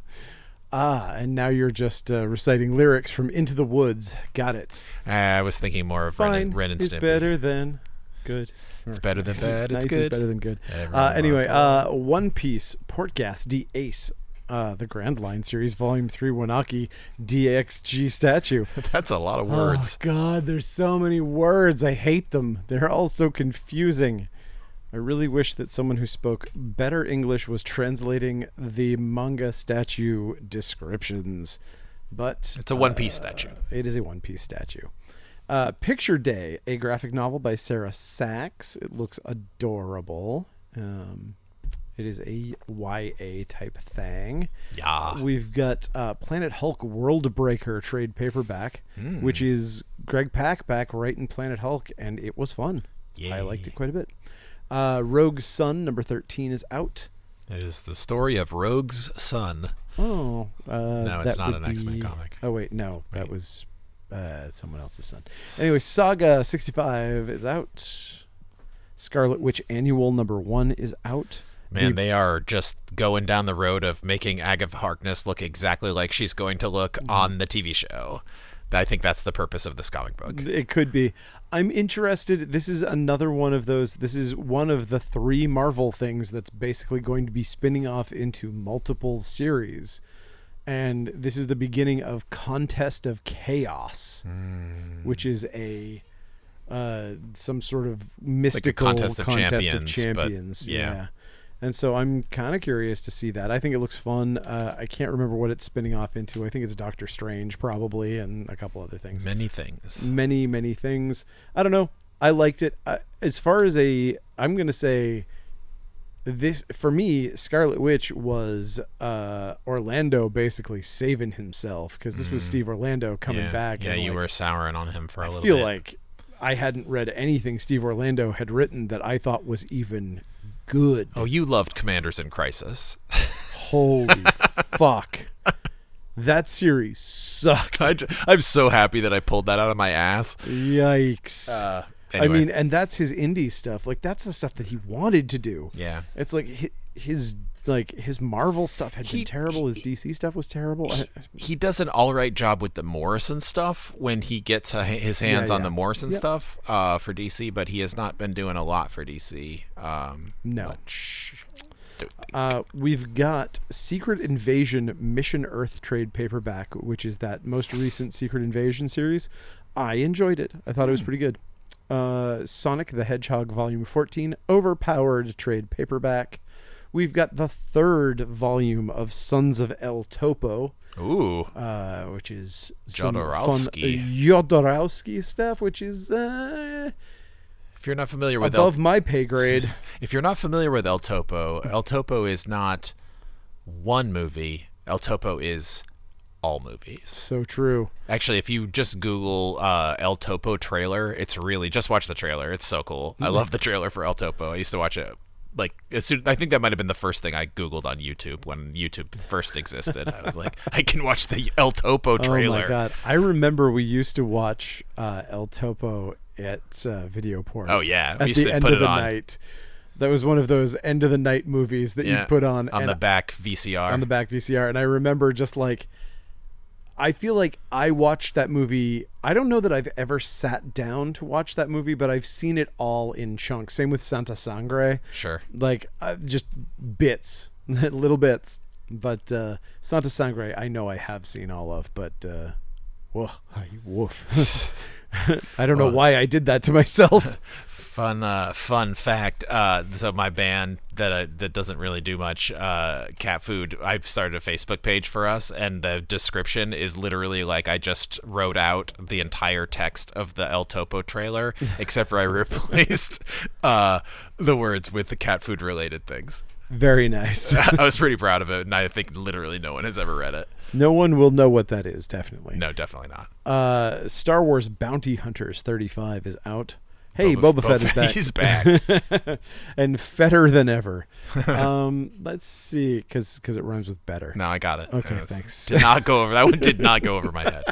ah, and now you're just uh, reciting lyrics from Into the Woods. Got it. Uh, I was thinking more of Ren Fine and, Ren and is Stimpy. better than [LAUGHS] good. It's better than Nice is- bad. nice It's is good. better than good. Everyone Uh, loves anyway, it. uh, One Piece, Portgas, D Ace, uh, the Grand Line series, Volume Three, Wanaki, DXG statue. That's a lot of [SIGHS] [LAUGHS] words. Oh God, there's so many words. I hate them. They're all so confusing. I really wish that someone who spoke better English was translating the manga statue descriptions, but It's a One Piece statue. it is a One Piece statue. Uh, Picture Day, a graphic novel by Sarah Sachs. It looks adorable. Um, it is a YA type thing. Yeah. We've got uh, Planet Hulk World Breaker trade paperback, which is Greg Pak back writing Planet Hulk, and it was fun. I Yay. liked it quite a bit. Uh, Rogue Sun number thirteen is out. It is the story of Rogue's son. Oh, uh, No, it's that not would an X-Men be- comic. Oh wait, no, that was uh, someone else's son. Anyway, Saga sixty five is out. Scarlet Witch Annual number one is out. Man, they are just going down Mm-hmm. the road of making Agatha Harkness look exactly like she's going to look on the TV show. I think that's the purpose of this comic book. It could be. I'm interested. This is another one of those. This is one of the three Marvel things that's basically going to be spinning off into multiple series. And this is the beginning of Contest of Chaos, Hmm. which is a uh, some sort of mystical Contest of Champions, but champions. yeah. And so I'm kind of curious to see that. I think it looks fun. Uh, I can't remember what it's spinning off into. I think it's Doctor Strange probably, and a couple other things Many things. many many things i don't know i liked it I, as far as a i'm gonna say this for me scarlet witch was uh orlando basically saving himself because this was steve orlando coming Mm. yeah, back yeah and, you like, were souring on him for a little feel bit. like i hadn't read anything steve orlando had written that i thought was even good oh, you loved Commanders in Crisis. [LAUGHS] holy fuck that series sucked [LAUGHS] I, am so happy that I pulled that out of my ass. yikes Uh, I anyway. mean, and that's his indie stuff. Like that's the stuff that he wanted to do. Yeah. it's like hi- his like his Marvel stuff had He- been terrible. His DC stuff was terrible. Uh, I- he does an all right job with the Morrison stuff when he gets uh, his hands Yeah, on yeah. the Morrison Yep. stuff uh, for DC, but he has not been doing a lot for DC. Um, No. much. Uh, we've got Secret Invasion Mission Earth trade paperback, which is that most recent Secret Invasion series. I enjoyed it. I thought it Hmm. was pretty good. Uh, Sonic the Hedgehog Volume 14, Overpowered trade paperback. We've got the third volume of Sons of El Topo. Ooh, uh, which is some fun uh, Jodorowsky. Jodorowsky stuff, which is uh, if you're not familiar with El, above my pay [LAUGHS] grade. if you're not familiar with El Topo, El Topo is not one movie. El Topo is all movies. so true. Actually, if you just Google uh, El Topo trailer, it's really just watch the trailer. It's so cool. I love the trailer for El Topo. I used to watch it. Like as soon, I think that might have been the first thing I googled on YouTube when YouTube first existed. I was like, [LAUGHS] I can watch the El Topo trailer. Oh my god! I remember we used to watch uh, El Topo at uh, video porn. Oh, yeah. at We used the to end put of it the on. night. That was one of those end of the night movies that Yeah, you put on on and the back VCR. on the back VCR, and I remember just like. I feel like I watched that movie. I don't know that I've ever sat down to watch that movie, but I've seen it all in chunks. Same with Santa Sangre. sure. like uh, just bits, [LAUGHS] little bits. But uh, Santa Sangre, I know I have seen all of, but uh, whoa, [LAUGHS] hi, woof. [LAUGHS] I don't know why I did that to [LAUGHS] myself. Fun, uh, fun fact. Uh, so my band that I, that doesn't really do much, uh, cat food. I started a Facebook page for us, and the description is literally like I just wrote out the entire text of the El [LAUGHS] Topo trailer, except for I replaced uh, the words with the cat food related things. [LAUGHS] Very nice. I was pretty proud of it, and I think literally no one has ever read it. No one will know what that is, definitely. No, definitely not. Uh, Star Wars Bounty Hunters 35 is out. Hey, Boba- Boba, Fett is Boba- back. [LAUGHS] He's back. [LAUGHS] and fetter than [LAUGHS] ever. um, let's see, because it rhymes with better. no, I got it. Okay, It was- thanks. Did not go over that one. Did not [LAUGHS] go over my head.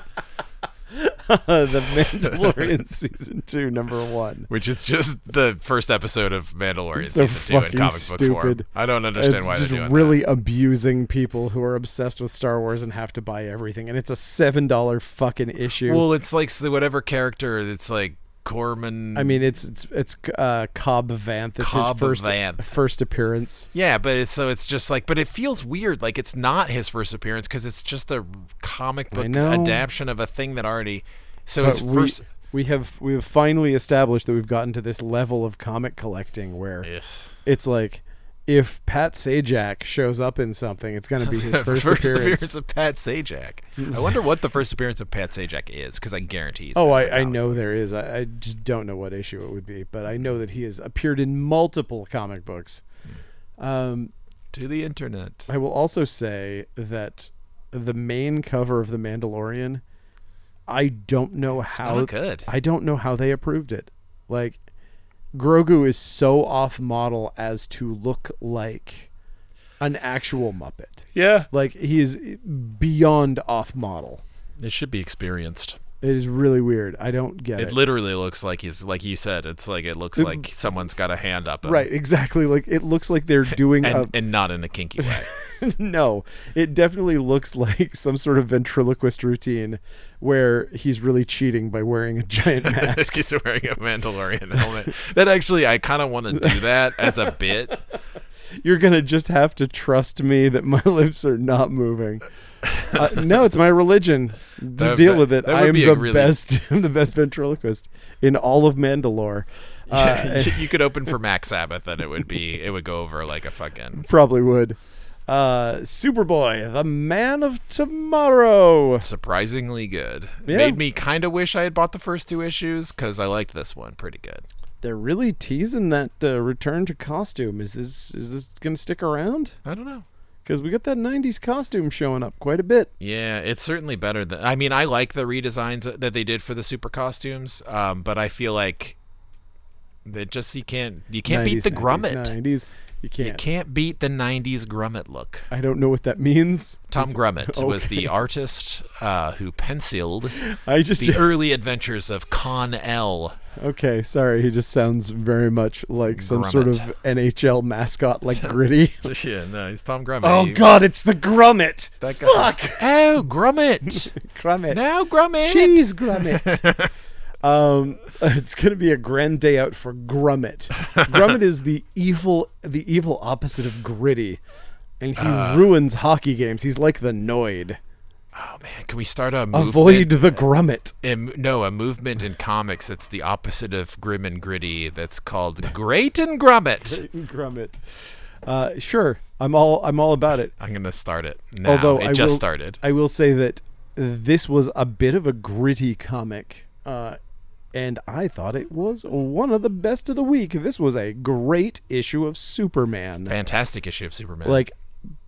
[LAUGHS] the [LAUGHS] Mandalorian season two, number one. Which is just the first episode of Mandalorian So season two in fucking comic book form. stupid. I don't understand it's why just they're doing really abusing people who are obsessed with Star Wars and have to buy everything, and it's a seven dollar fucking issue. that. Well, it's like s- whatever character that's like Corman. I mean, it's it's it's uh, Cobb Vanth. It's Cobb his first Vanth. first appearance. yeah, but it's so it's just like, but it feels weird. Like it's not his first appearance because it's just a comic book know. adaptation of a thing that already. So But his we, first. we have we have finally established that we've gotten to this level of comic collecting where Ugh. it's like if Pat Sajak shows up in something, it's going to [LAUGHS] be his first, appearance. of Pat Sajak. I wonder what the first appearance of Pat Sajak is because I guarantee. He's Oh, been in a I, I comic. know there is. I, I just don't know what issue it would be, but I know that he has appeared in multiple comic books. Um, to the internet. I will also say that the main cover of The Mandalorian, I don't know how not good. I don't know how they approved it. Like Grogu is so off model as to look like an actual Muppet. Yeah, Like he is beyond off model. it should be experienced. It is really weird. I don't get It it. literally looks like he's like you said. It's like it looks like someone's got a hand up, him. Right, Um, exactly. Like it looks like [LAUGHS] they're doing and a and not in a [LAUGHS] kinky way. [LAUGHS] no, it definitely looks like some sort of ventriloquist routine where he's really cheating by wearing a [LAUGHS] giant mask. He's wearing a Mandalorian helmet. That actually, I kind of want to do that as a bit. You're going to just have to trust me that my [LAUGHS] lips are not moving. Uh, no, it's my [LAUGHS] religion. Just That- deal that- with it. that would I am be a the really- best [LAUGHS] I'm the best ventriloquist in all of [LAUGHS] Mandalore. [LAUGHS] Uh, Yeah, you, you could open for Mac Sabbath, and it would be it would go over like a fucking probably would. Uh, Superboy, the man of tomorrow. surprisingly good. Yeah. Made me kind of wish I had bought the first two issues because I liked this one pretty good. They're really teasing that uh, return to costume. Is this is this going to stick around? I don't know. Because we got that 90s costume showing up quite a bit. Yeah, it's certainly better than. I mean, I like the redesigns that they did for the super costumes, um, but I feel like that just you can't you can't beat the 90s, grummet. 90s. You can't. You can't beat the '90s grummet look. I don't know what that means. Tom Grummett was okay. the artist uh, who penciled I just. the early adventures of Con L. [LAUGHS] Okay, sorry. He just sounds very much like some sort of Grummet. NHL mascot, [LAUGHS] like Gritty. yeah, no, he's Tom Grummett. oh, He- God, it's the Grummet. That guy. Fuck. Oh, Grummet! Grummet. now Grummet! Jeez, Grummet. um, [LAUGHS] it's gonna be a grand day out for Grummet. Grummet is the evil, the evil opposite of gritty, and he Uh. ruins hockey games. He's like the Noid. Oh man, can we start a movement? Avoid the [LAUGHS] Grummet. em- no, a movement in comics that's the opposite of grim and gritty. That's called Great and Grummet. Grummet. Uh, sure, I'm all I'm all about it. I'm gonna start it now. Although Um, it I just will, started. I will say that this was a bit of a gritty comic, uh, and I thought it was one of the best of the week. This was a great issue of Superman. Fantastic issue of Superman. Like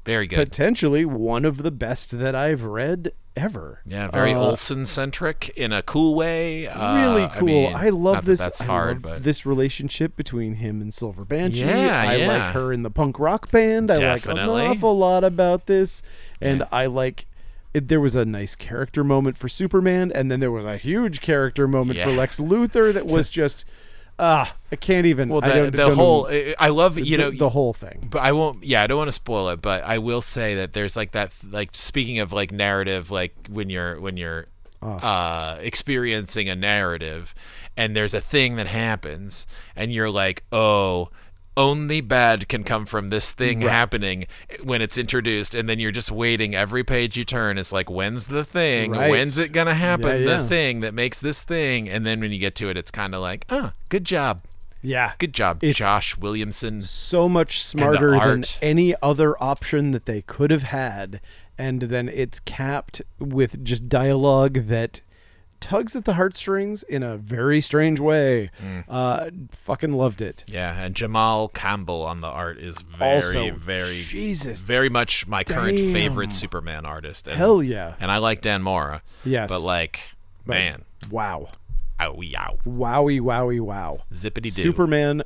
very good. potentially one of the best that I've read ever. Yeah, very Uh, Olsen centric in a cool way. Uh, Really I cool. I, mean, love not that this. That's I hard, love but this relationship between him and Silver Banshee. Yeah, I yeah. like her in the punk rock band. I Definitely. like an awful lot about this, and I like. It, there was a nice character moment for Superman, and then there was a huge character moment for Yeah. Lex Luthor that [LAUGHS] was just, ah, I can't even. well, I the, don't- the don't whole. even- I I love you know the, the whole thing. but I won't. Yeah, I don't want to spoil it, but I will say that there's like that. Like speaking of like narrative, like when you're when you're uh, experiencing a narrative, and there's a thing that happens, and you're like, oh. Only bad can come from this thing happening when it's introduced, and then you're just waiting. Every page you turn is like, when's the thing? Right. When's it gonna happen? The yeah. thing that makes this thing, and then when you get to it, it's kind of like, ah, good job, Yeah, good job, It's Josh Williamson. so much smarter than art. any other option that they could have had and then it's capped with just dialogue that tugs at the heartstrings in a very strange way Mm. uh fucking loved it Yeah, and Jamal Campbell on the art is very, Also, very, Jesus very much my current damn. favorite Superman artist. And, hell yeah And I like Dan Mora. Yes. But like, man, wow ow, yow, wowie wowie wow zippity doo. superman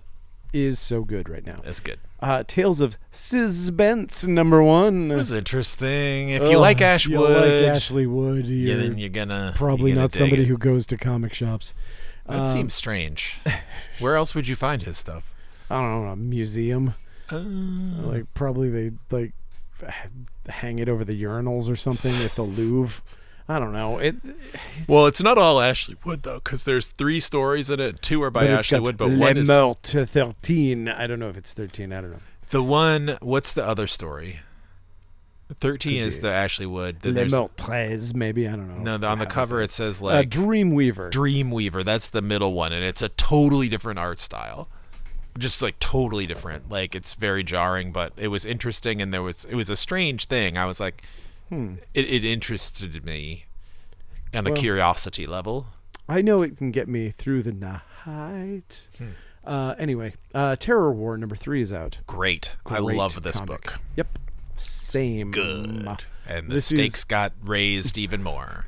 is so good right now That's good. uh tales of suspense number one That was interesting. If you like Ugh, you Ashwood, like ashley wood yeah, you're then you're gonna probably you're gonna not dig somebody it. who um, goes to comic shops That [LAUGHS] seems strange. Where else would you find his stuff? I don't know, a museum. Like probably they like h- hang it over the urinals or something at the Louvre. I don't know. It Well, it's not all Ashley Wood though, because there's three stories in it. Two are by Ashley Wood, but one is to 13. I don't know if it's 13, I don't know. The one, what's the other story? 13 is the Ashley Wood. Then Les there's- Morts 13, maybe, I don't know. no, the- on the cover it says uh, like Dreamweaver. Dreamweaver. That's the middle one, and it's a totally different art style. Just like totally different. Like it's very jarring, but it was interesting, and there was it was a strange thing. I was like, Hmm. it, it interested me on a curiosity level. I know it can get me through the night. Hmm. Uh, anyway, uh, Terror War number 3 is out. Great, I Great love this comic. book. Yep. Same. Good, and the This is- stakes got raised even more.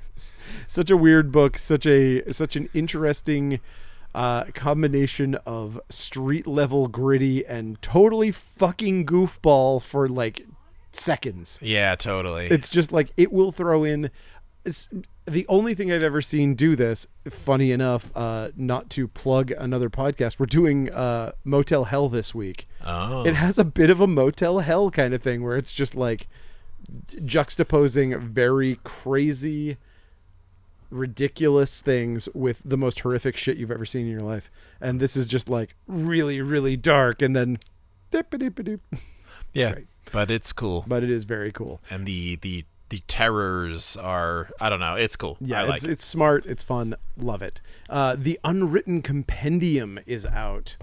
such a weird book such a such an interesting uh, combination of street level gritty and totally fucking goofball for like seconds Yeah, totally. it's just like it will throw in it's the only thing I've ever seen do this. Funny enough, uh, not to plug another podcast, we're doing uh, Motel Hell this week. Oh. It has a bit of a Motel Hell kind of thing where it's just like juxtaposing very crazy, ridiculous things with the most horrific shit you've ever seen in your life. And this is just like really, really dark, and then. dippity-doop. yeah. right. But it's cool. But it is very cool. And the the the terrors are I don't know, it's cool. Yeah, I like it's, it. it's smart. It's fun. Love it. Uh, the Unwritten Compendium is out.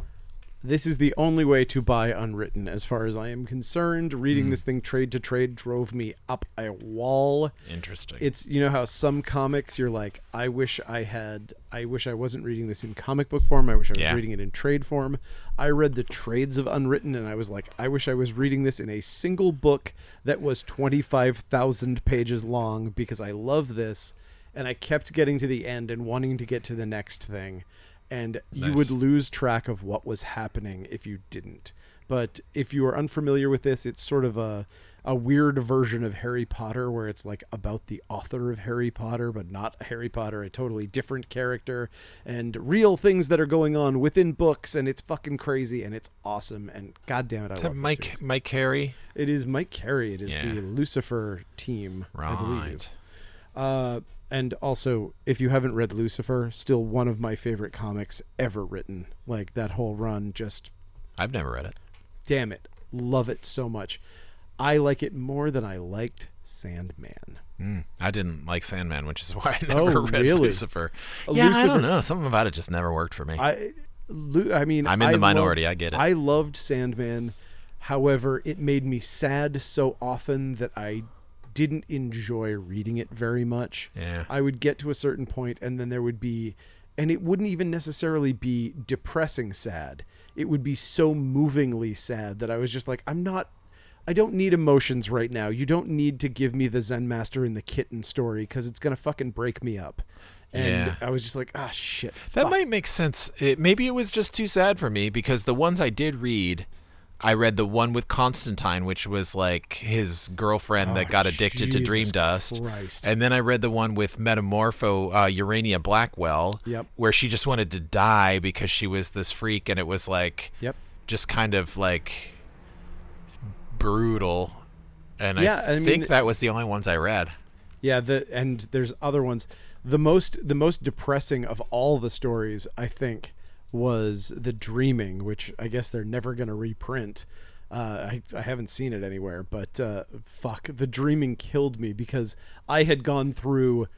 This is the only way to buy Unwritten, as far as I am concerned. Hmm. Reading this thing trade to trade drove me up a wall. interesting. It's you know how some comics you're like, I wish I had, I wish I wasn't reading this in comic book form. I wish I was Yeah. reading it in trade form. I read the trades of Unwritten, and I was like, I wish I was reading this in a single book that was twenty five thousand pages long because I love this, and I kept getting to the end and wanting to get to the next thing, and you Nice. would lose track of what was happening if you didn't. But if you are unfamiliar with this, it's sort of a a weird version of Harry Potter where it's like about the author of Harry Potter, but not Harry Potter, a totally different character, and real things that are going on within books, and it's fucking crazy and it's awesome and goddamn it, I love Is that this Mike series. Mike Carey. It is Mike Carey. It is Yeah. the Lucifer team, I believe. Right. Uh, and also, if you haven't read Lucifer, still one of my favorite comics ever written. Like that whole run, just I've never read it. damn it, love it so much. I like it more than I liked Sandman. Mm, I didn't like Sandman, which is why I never read really? Lucifer. Yeah, I Lucifer- don't know. Something about it just never worked for me. I, Lu- I mean, I'm in I the minority, loved- I get it. I loved Sandman. However, it made me sad so often that I didn't enjoy reading it very much. Yeah. I would get to a certain point, and then there would be, and it wouldn't even necessarily be depressing sad. It would be so movingly sad that I was just like, I'm not. I don't need emotions right now. You don't need to give me the Zen Master and the Kitten story because it's gonna fucking break me up. And Yeah. I was just like, ah, shit. That fuck. might make sense. It, maybe it was just too sad for me because the ones I did read, I read the one with Constantine, which was like his girlfriend that got addicted to dream Oh, Jesus dust. Christ. And then I read the one with Metamorpho uh, Urania Blackwell, Yep. where she just wanted to die because she was this freak, and it was like, Yep. just kind of like brutal. And Yeah, I, I mean- think that was the only ones I read. Yeah, the and there's other ones. The most the most depressing of all the stories, I think, was the Dreaming, which I guess they're never gonna reprint. Uh, I I haven't seen it anywhere, but uh, fuck, the Dreaming killed me because I had gone through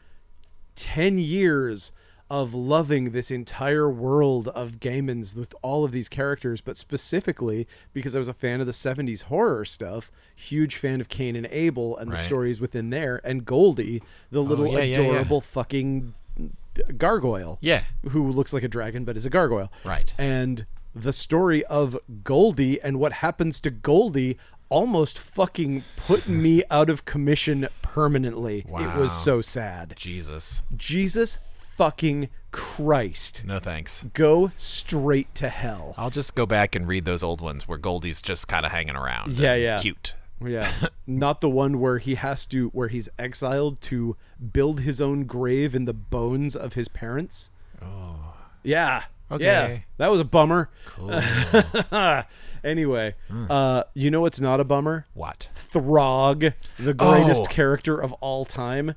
10 years of loving this entire world of Gaiman's with all of these characters, but specifically because I was a fan of the 70s horror stuff, huge fan of Cain and Abel and the Right. Oh, stories within there, and Goldie, the little yeah, yeah, yeah. adorable fucking gargoyle Yeah. who looks like a dragon but is a gargoyle. Right. And the story of Goldie and what happens to Goldie almost fucking put me out of commission permanently. It Wow. was so sad. Jesus. Jesus fucking Christ. No thanks. Go straight to hell. I'll just go back and read those old ones where Goldie's just kind of hanging around. Yeah, and yeah. Cute. [LAUGHS] Yeah. Not the one where he has to where he's exiled to build his own grave in the bones of his parents. Oh. Yeah. Yeah. Okay. That was a bummer. [LAUGHS] anyway, Hmm. uh, you know what's not a bummer? What? Throg, the greatest Oh. character of all time.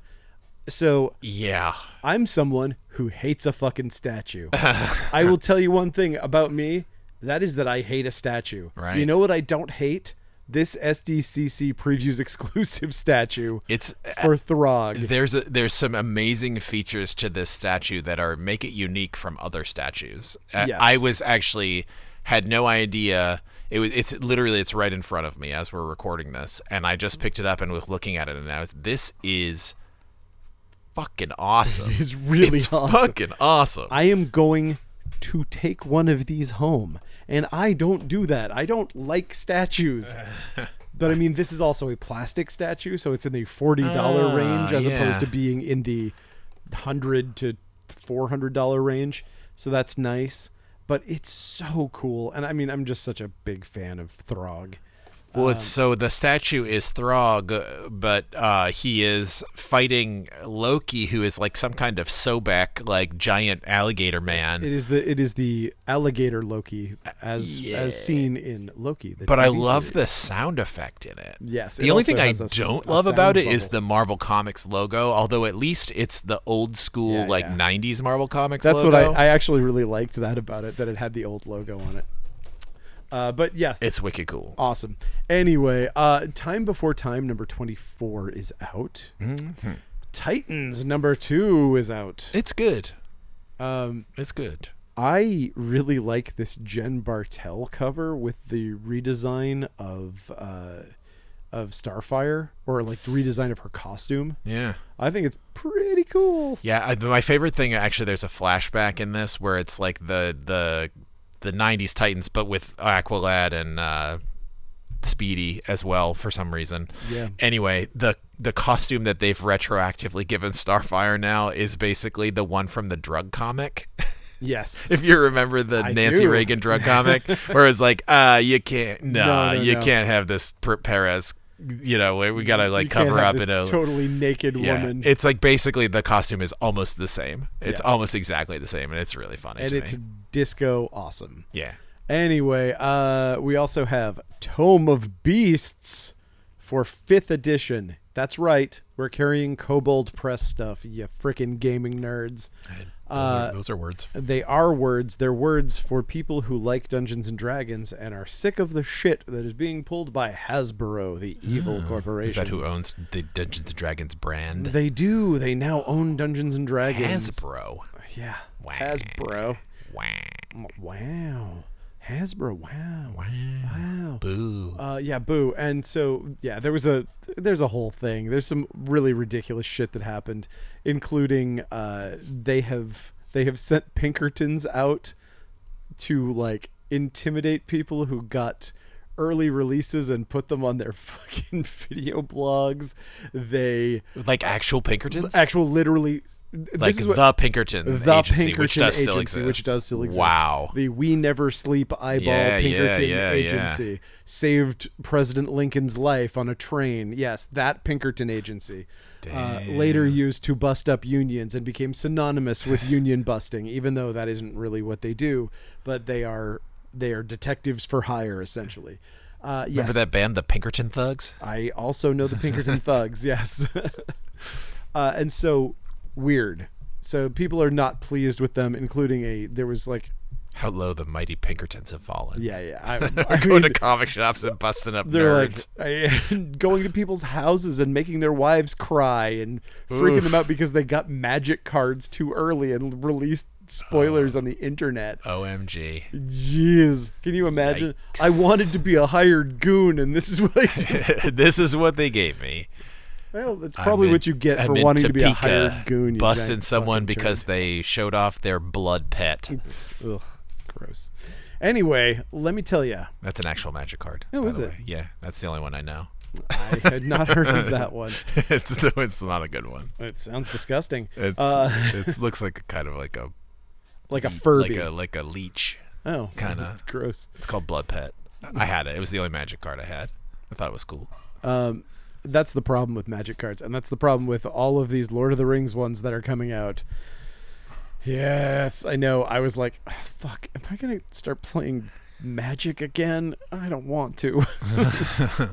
So Yeah. I'm someone who hates a fucking statue. [LAUGHS] I will tell you one thing about me. That is that I hate a statue. Right. You know what I don't hate? This SDCC previews [LAUGHS] exclusive statue It's for Throg. there's a, there's some amazing features to this statue that are make it unique from other statues. I, Yes. I was actually had no idea. It was it's literally it's right in front of me as we're recording this, and I just picked it up and was looking at it, and I was this is fucking awesome. It's really It's awesome. fucking awesome. I am going to take one of these home. And I don't do that. I don't like [LAUGHS] statues. but I mean, this is also a plastic statue, so it's in the $40 Ah, range as yeah. opposed to being in the 100 to $400 range. So that's nice. But it's so cool. And I mean, I'm just such a big fan of Throg. Well, it's so the statue is Throg, uh, but uh, he is fighting Loki, who is like some kind of soback, like giant alligator man. It is the it is the alligator Loki as as seen in Loki. the but I TV love series. the sound effect in it. Yes, The it only also thing I has a s- don't a love about it sound is bubble. the Marvel Comics logo, although at least it's the old school, Yeah, like yeah. 90s Marvel Comics That's logo. what I, I actually really liked that about it that it had the old logo on it. Uh, but yes, It's wicked cool. Awesome. Anyway, uh, Time Before Time number 24 is out. Mm-hmm. Titans number 2 is out. It's good. Um, It's good. I really like this Jen Bartel cover with the redesign of uh, of Starfire or like the redesign of her costume. Yeah. I think it's pretty cool. Yeah, I, my favorite thing actually. There's a flashback in this where it's like the the the '90s Titans, but with Aqualad and uh, Speedy as well for some reason. Yeah. Anyway, the the costume that they've retroactively given Starfire now is basically the one from the drug comic. [LAUGHS] Yes. if you remember the I Nancy do. [LAUGHS] Reagan drug comic, where it's like, uh, you can't, nah, No, no, you no. can't have this per- Perez. You know, we, we gotta like You can't cover have up this in a totally naked woman. it's like basically the costume is almost the same. It's Yeah. almost exactly the same, and it's really funny. and to it's me. disco awesome. yeah, Anyway, uh, we also have Tome of Beasts for fifth edition. That's right. We're carrying Kobold Press stuff, you frickin' gaming nerds. those are words. They are words. They're words for people who like Dungeons and Dragons and are sick of the shit that is being pulled by Hasbro, the evil Ah, Is corporation. that who owns the Dungeons and Dragons brand? They do. They now own Dungeons and Dragons. Hasbro. Yeah. Wow. Hasbro. Wow. Wow. Hasbro. Wow. Wow. Wow. Boo. Uh, yeah, boo. And so, yeah, there was a there's a whole thing. There's some really ridiculous shit that happened, including uh, they have they have sent Pinkertons out to like intimidate people who got early releases and put them on their [LAUGHS] fucking video blogs. They like actual Pinkertons. actual literally like this is the what, Pinkerton the agency, Pinkerton which does still agency, exist. which does still exist. Wow. The We Never Sleep Eyeball Yeah, yeah, Pinkerton yeah, yeah. agency saved President Lincoln's life on a train. Yes, that Pinkerton agency. Uh, later used to bust up unions and became synonymous with [LAUGHS] union busting, even though that isn't really what they do. But they are they are detectives for hire essentially. Uh, yes, Remember that band, the Pinkerton Thugs? I also know the [LAUGHS] Pinkerton Thugs, yes. [LAUGHS] uh, and so weird. So people are not pleased with them, including a there was like How low the mighty Pinkertons have [LAUGHS] fallen. yeah yeah I, I [LAUGHS] Going to mean, comic shops and busting up they're nerds. like I- [LAUGHS] going to people's houses and making their wives cry and freaking them out because they got magic cards too early and released Uh. spoilers on the internet. OMG. Jeez, can you imagine? I wanted to be a hired goon, and this is what I did. [LAUGHS] this is what they gave me. Well, that's I'm probably in- what you get I'm for in wanting to be a Topeka hired goon. you busting giant someone fucking jerk. because they showed off their blood pet. Ugh, gross. Anyway, let me tell you, That's an actual magic card. Oh, by is the it? way. Yeah, that's the only one I know. [LAUGHS] I had not heard of that one. it's [LAUGHS] it's not a good one. It sounds disgusting. It's Uh, [LAUGHS] it looks like a, kind of like a [LAUGHS] like a Furby. like a like a leech. oh, kinda. It's [LAUGHS] gross. It's called blood pet. I had it. It was the only magic card I had. I thought it was cool. Um, that's the problem with magic cards, and that's the problem with all of these Lord of the Rings ones that are coming out. Yes, I know. I was like, "Ah, fuck, am I going to start playing magic again? I don't want [LAUGHS] to.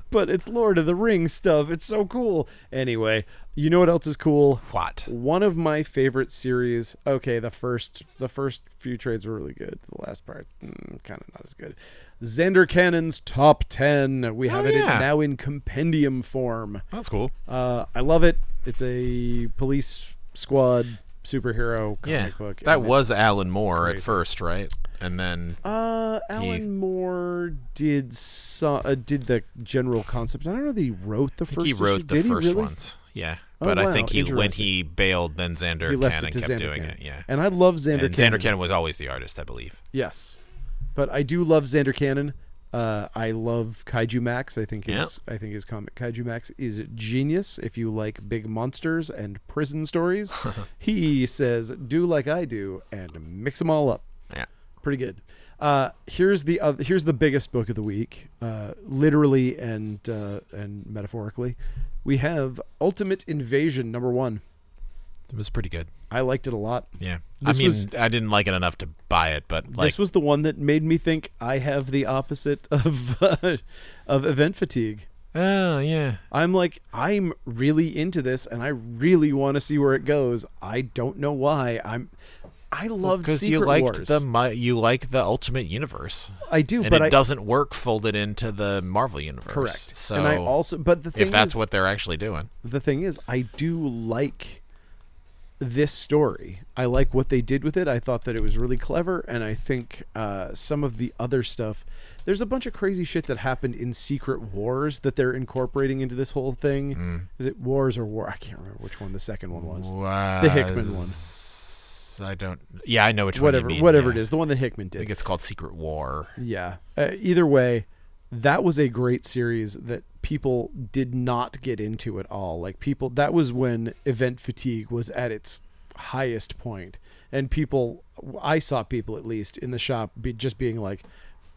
[LAUGHS] but it's Lord of the Rings stuff. It's so cool. Anyway, you know what else is cool? What? One of my favorite series. Okay, the first the first few trades were really good. The last part, mm, kind of not as good. Xander Cannon's top ten. We have Oh, it in, yeah. now in compendium form. That's cool. Uh, I love it. It's a police squad superhero comic Yeah. book. That and it's- was Alan Moore at first, right? And then Uh, Alan He- Moore did so, uh, did the general concept. I don't know that he wrote the first. he issue. wrote the Did he first really? Oh, ones. Yeah. But I wow, think he when interesting. he bailed then Xander He left Cannon it to kept Xander doing Cannon. it. Yeah. and I love Xander. And Cannon. Xander Cannon was always the artist, I believe. Yes, but I do love Xander Cannon. Uh, I love Kaiju Max. I think his I think his comic Kaiju Max is genius. If you like big monsters and prison stories, he says do like I do and mix them all up. Yeah. pretty good. Uh, here's the oth- here's the biggest book of the week, uh, literally and uh, and metaphorically. We have Ultimate Invasion number one. It was pretty good. I liked it a lot. Yeah. This I mean, was- I didn't like it enough to buy it, but like, this was the one that made me think I have the opposite of uh, of event fatigue. oh yeah, I'm like I'm really into this and I really want to see where it goes. I don't know why. I'm I love because Secret you liked Wars. the mi- you like the Ultimate Universe, I do, and but it I doesn't work folded into the Marvel Universe. correct. So and I also but the thing if that's is, what they're actually doing, the thing is I do like this story. I like what they did with it. I thought that it was really clever and I think uh, some of the other stuff there's a bunch of crazy shit that happened in Secret Wars that they're incorporating into this whole thing. Mm. Is it Wars or War? I can't remember which one the second one was. the Hickman one. I don't. Yeah, I know which whatever one. you mean, whatever yeah. it is, the one that Hickman I think did. it's called Secret War. Yeah. Uh, either way, that was a great series that people did not get into at all. Like people, that was when event fatigue was at its highest point, and people, I saw people at least in the shop be just being like.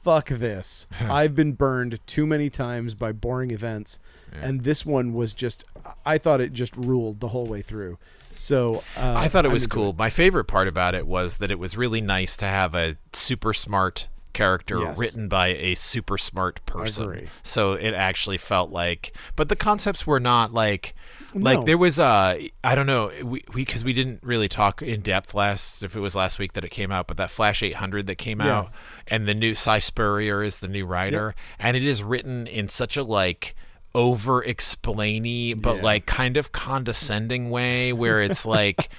Fuck this. I've been burned too many times by boring events. And this one was just, I thought it just ruled the whole way through. So uh, I thought it I'm was into cool. My favorite part about it was that it was really nice to have a super smart character Yes. written by a super smart person. agree. So it actually felt like but the concepts were not like No. like there was uh I don't know we we cuz we didn't really talk in depth last if it was last week that it came out but that Flash 800 that came Yeah. out and the new Cy Spurrier is the new writer and it is written in such a like over explainy but Yeah. like kind of condescending way where [LAUGHS] it's like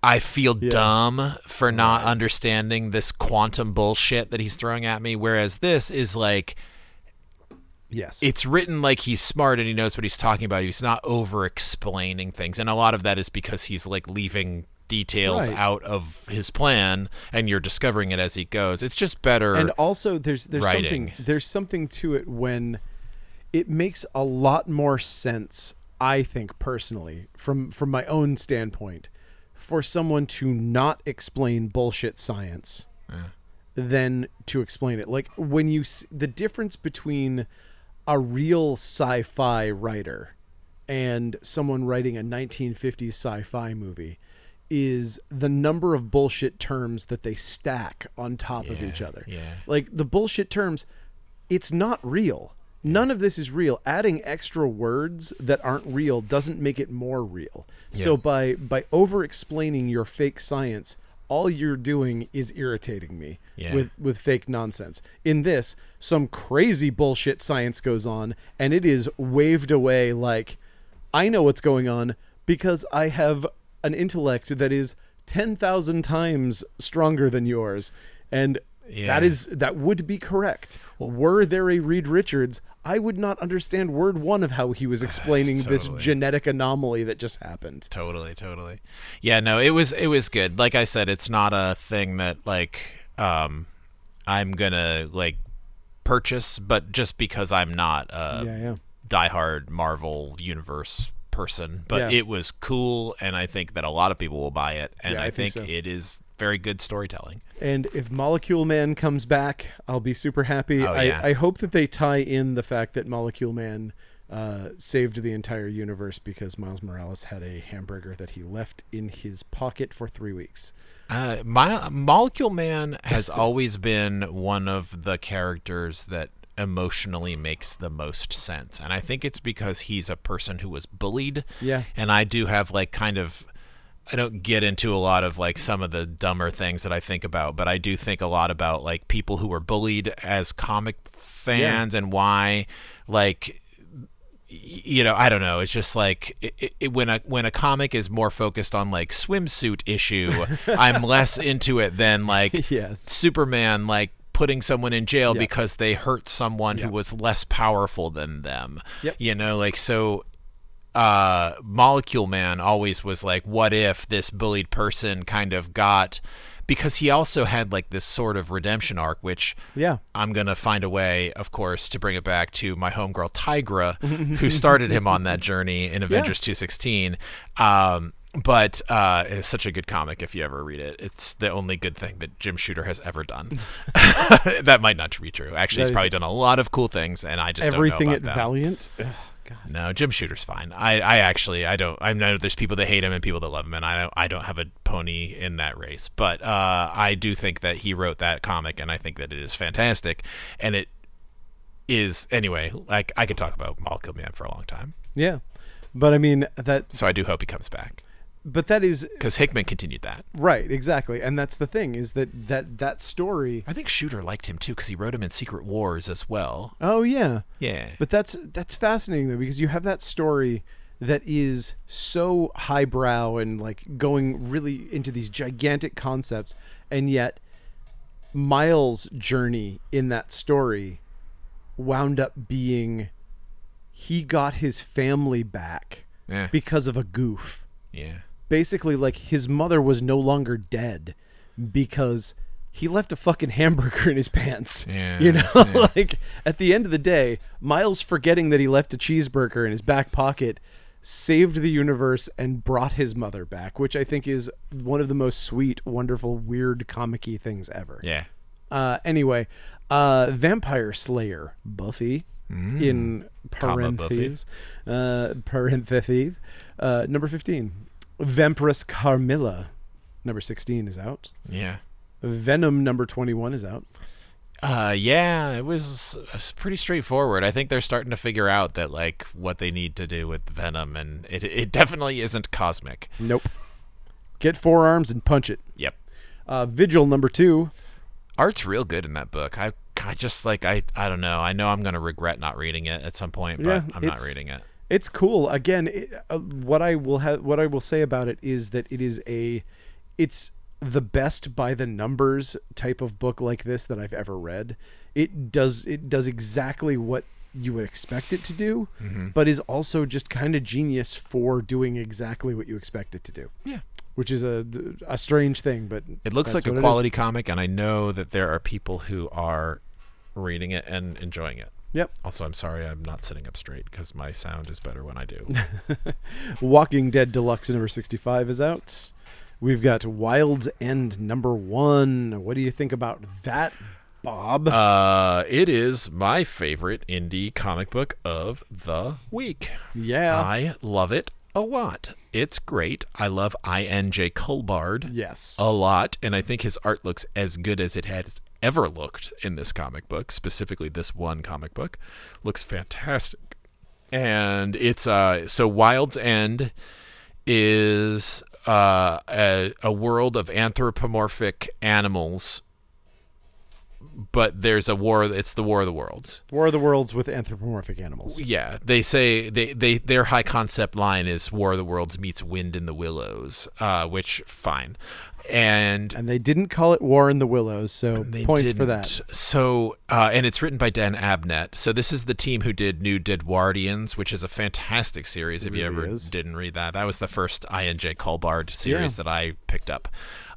I feel dumb for not understanding this quantum bullshit that he's throwing at me whereas this is like Yes. it's written like he's smart and he knows what he's talking about. He's not over explaining things. And a lot of that is because he's like leaving details Right. out of his plan and you're discovering it as he goes. It's just better. and also there's there's writing. something there's something to it when it makes a lot more sense i think personally from from my own standpoint for someone to not explain bullshit science than to explain it like when you s- the difference between a real sci-fi writer and someone writing a 1950s sci-fi movie is the number of bullshit terms that they stack on top of each other. yeah. Like the bullshit terms, it's not real. None of this is real. Adding extra words that aren't real doesn't make it more real. So by by over explaining your fake science, all you're doing is irritating me Yeah. with with fake nonsense. In this, some crazy bullshit science goes on and it is waved away like I know what's going on because I have an intellect that is 10,000 times stronger than yours and Yeah. that is that would be correct. Were there a Reed Richards, I would not understand word one of how he was explaining this genetic anomaly that just happened. totally totally yeah no it was it was good like i said it's not a thing that like um i'm gonna like purchase but just because i'm not a Yeah, yeah. diehard marvel universe person but Yeah. it was cool and i think that a lot of people will buy it and Yeah, i, I think, think so. it is very good storytelling And if Molecule Man comes back, I'll be super happy. Oh, I, yeah. I hope that they tie in the fact that Molecule Man uh, saved the entire universe because Miles Morales had a hamburger that he left in his pocket for three weeks. Uh, my Molecule Man has [LAUGHS] always been one of the characters that emotionally makes the most sense, and I think it's because he's a person who was bullied. Yeah. and I do have like kind of. I don't get into a lot of like some of the dumber things that I think about, but I do think a lot about like people who were bullied as comic fans and why like you know, I don't know. It's just like i i i- when a when a comic is more focused on like swimsuit [LAUGHS] issue, I'm less into it than like Yes. Superman like putting someone in jail because they hurt someone who was less powerful than them. Yep. You know, like so uh, Molecule Man always was like, what if this bullied person kind of got because he also had like this sort of redemption arc, which Yeah. I'm gonna find a way, of course, to bring it back to [LAUGHS] my homegirl Tigra, who started him on that journey in Avengers 216. Um, but uh, it is such a good comic if you ever read it. It's the only good thing that Jim Shooter has ever [LAUGHS] done. [LAUGHS] that might not be true. That Actually, he's is- probably done a lot of cool things, and I just Everything don't at know about them. Valiant. Ugh, God. No, Jim Shooter's fine. I, I actually I don't I know there's people that hate him and people that love him and I don't I don't have a pony in that race. But uh, I do think that he wrote that comic and I think that it is fantastic and it is anyway, like I could talk about Molecule Man for a long time. Yeah, but I mean that. So I do hope he comes back. But that is Because Hickman continued that. right, exactly, and that's the thing is that that that story. I think Shooter liked him too because he wrote him in Secret Wars as well. Oh yeah, Yeah. But that's that's fascinating though because you have that story that is so highbrow and like going really into these gigantic concepts and yet Miles' journey in that story wound up being he got his family back Yeah. because of a goof yeah. basically like his mother was no longer dead because he left a fucking [LAUGHS] hamburger in his pants. Yeah, you know, [LAUGHS] like at the end of the day, Miles forgetting that he left a cheeseburger in his back pocket saved the universe and brought his mother back, which I think is one of the most sweet, wonderful, weird comic-y things ever. Yeah. Uh, anyway, uh, Vampire Slayer Buffy in Mm. Comma Buffy. parentheses, uh, parentheses, uh, number fifteen, Vampirus Carmilla, number sixteen is out. Yeah. Venom number twenty-one is out. Uh, yeah, it was, it was pretty straightforward. I think they're starting to figure out that like what they need to do with Venom, and it it definitely isn't cosmic. Nope. Get forearms and punch it. Yep, Uh, Vigil number two. art's real good in that book. I I just like I I don't know. I know I'm gonna regret not reading it at some point, but Yeah, I'm not it's- reading it. It's cool. Again, it, uh, what I will have, what I will say about it is that it is a, it's the best by the numbers type of book like this that I've ever read. It does it does exactly what you would expect it to do, but is also just kind of genius for doing exactly what you expect it to do. Yeah. which is a a strange thing, but It looks that's like what a is. quality comic, and I know that there are people who are reading it and enjoying it. Yep. Also, I'm sorry I'm not sitting up straight because my sound is better when I do. Walking Dead Deluxe number 65 is out. We've got Wild's End number one. What do you think about that, Bob? Uh, it is my favorite indie comic book of the week. yeah. I love it a lot. It's great. I love INJ Colbard yes. a lot, and I think his art looks as good as it has ever looked in this comic book, specifically this one comic book. Looks fantastic. And it's uh so Wild's End is uh, a, a world of anthropomorphic animals, but there's a war. It's the War of the Worlds. War of the Worlds with anthropomorphic animals. Yeah, they say they, they their high concept line is War of the Worlds meets Wind in the Willows, uh, which fine, and And they didn't call it War in the Willows, so they points didn't. for that. So, uh, and it's written by Dan Abnett. So this is the team who did New Deadwardians, which is a fantastic series. If you really ever is. didn't read that, that was the first INJ Colbard series that I picked up.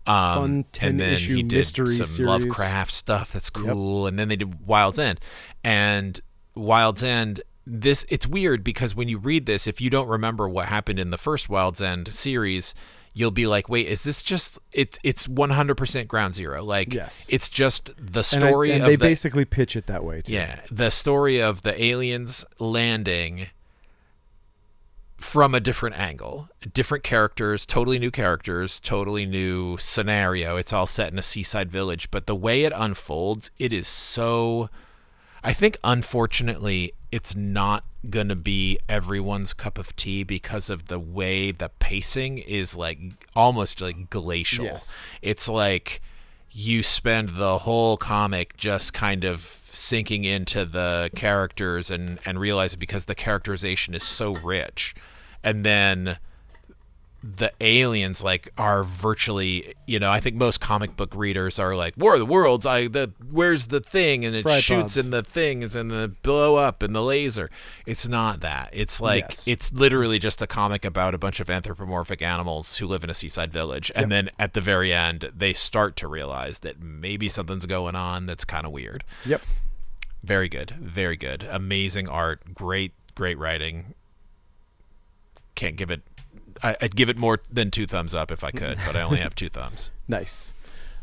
Um, Fun and then 10-issue he did mystery some series. Lovecraft stuff. That's cool. And then they did Wild's End, and Wild's End. This it's weird because when you read this, if you don't remember what happened in the first Wild's End series, you'll be like, "Wait, is this just it's it's 100% ground zero? Like, Yes. it's just the And, I- story and of they the basically pitch it that way, too. yeah the story of the aliens landing from a different angle, different characters, totally new characters, totally new scenario. It's all set in a seaside village, but the way it unfolds, it is so. I think unfortunately, it's not going to be everyone's cup of tea because of the way the pacing is like almost like glacial. Yes. It's like you spend the whole comic just kind of sinking into the characters and and realize because the characterization is so rich. And then the aliens like are virtually you know i think most comic book readers are like war of the worlds i the where's the thing and it shoots Tripods. and the thing is and the blow up and the laser it's not that it's like Yes. it's literally just a comic about a bunch of anthropomorphic animals who live in a seaside village and then at the very end they start to realize that maybe something's going on that's kind of weird Yep. very good very good amazing art great great writing can't give it I, I'd give it more than two thumbs up if I could, but I only have two thumbs. Nice.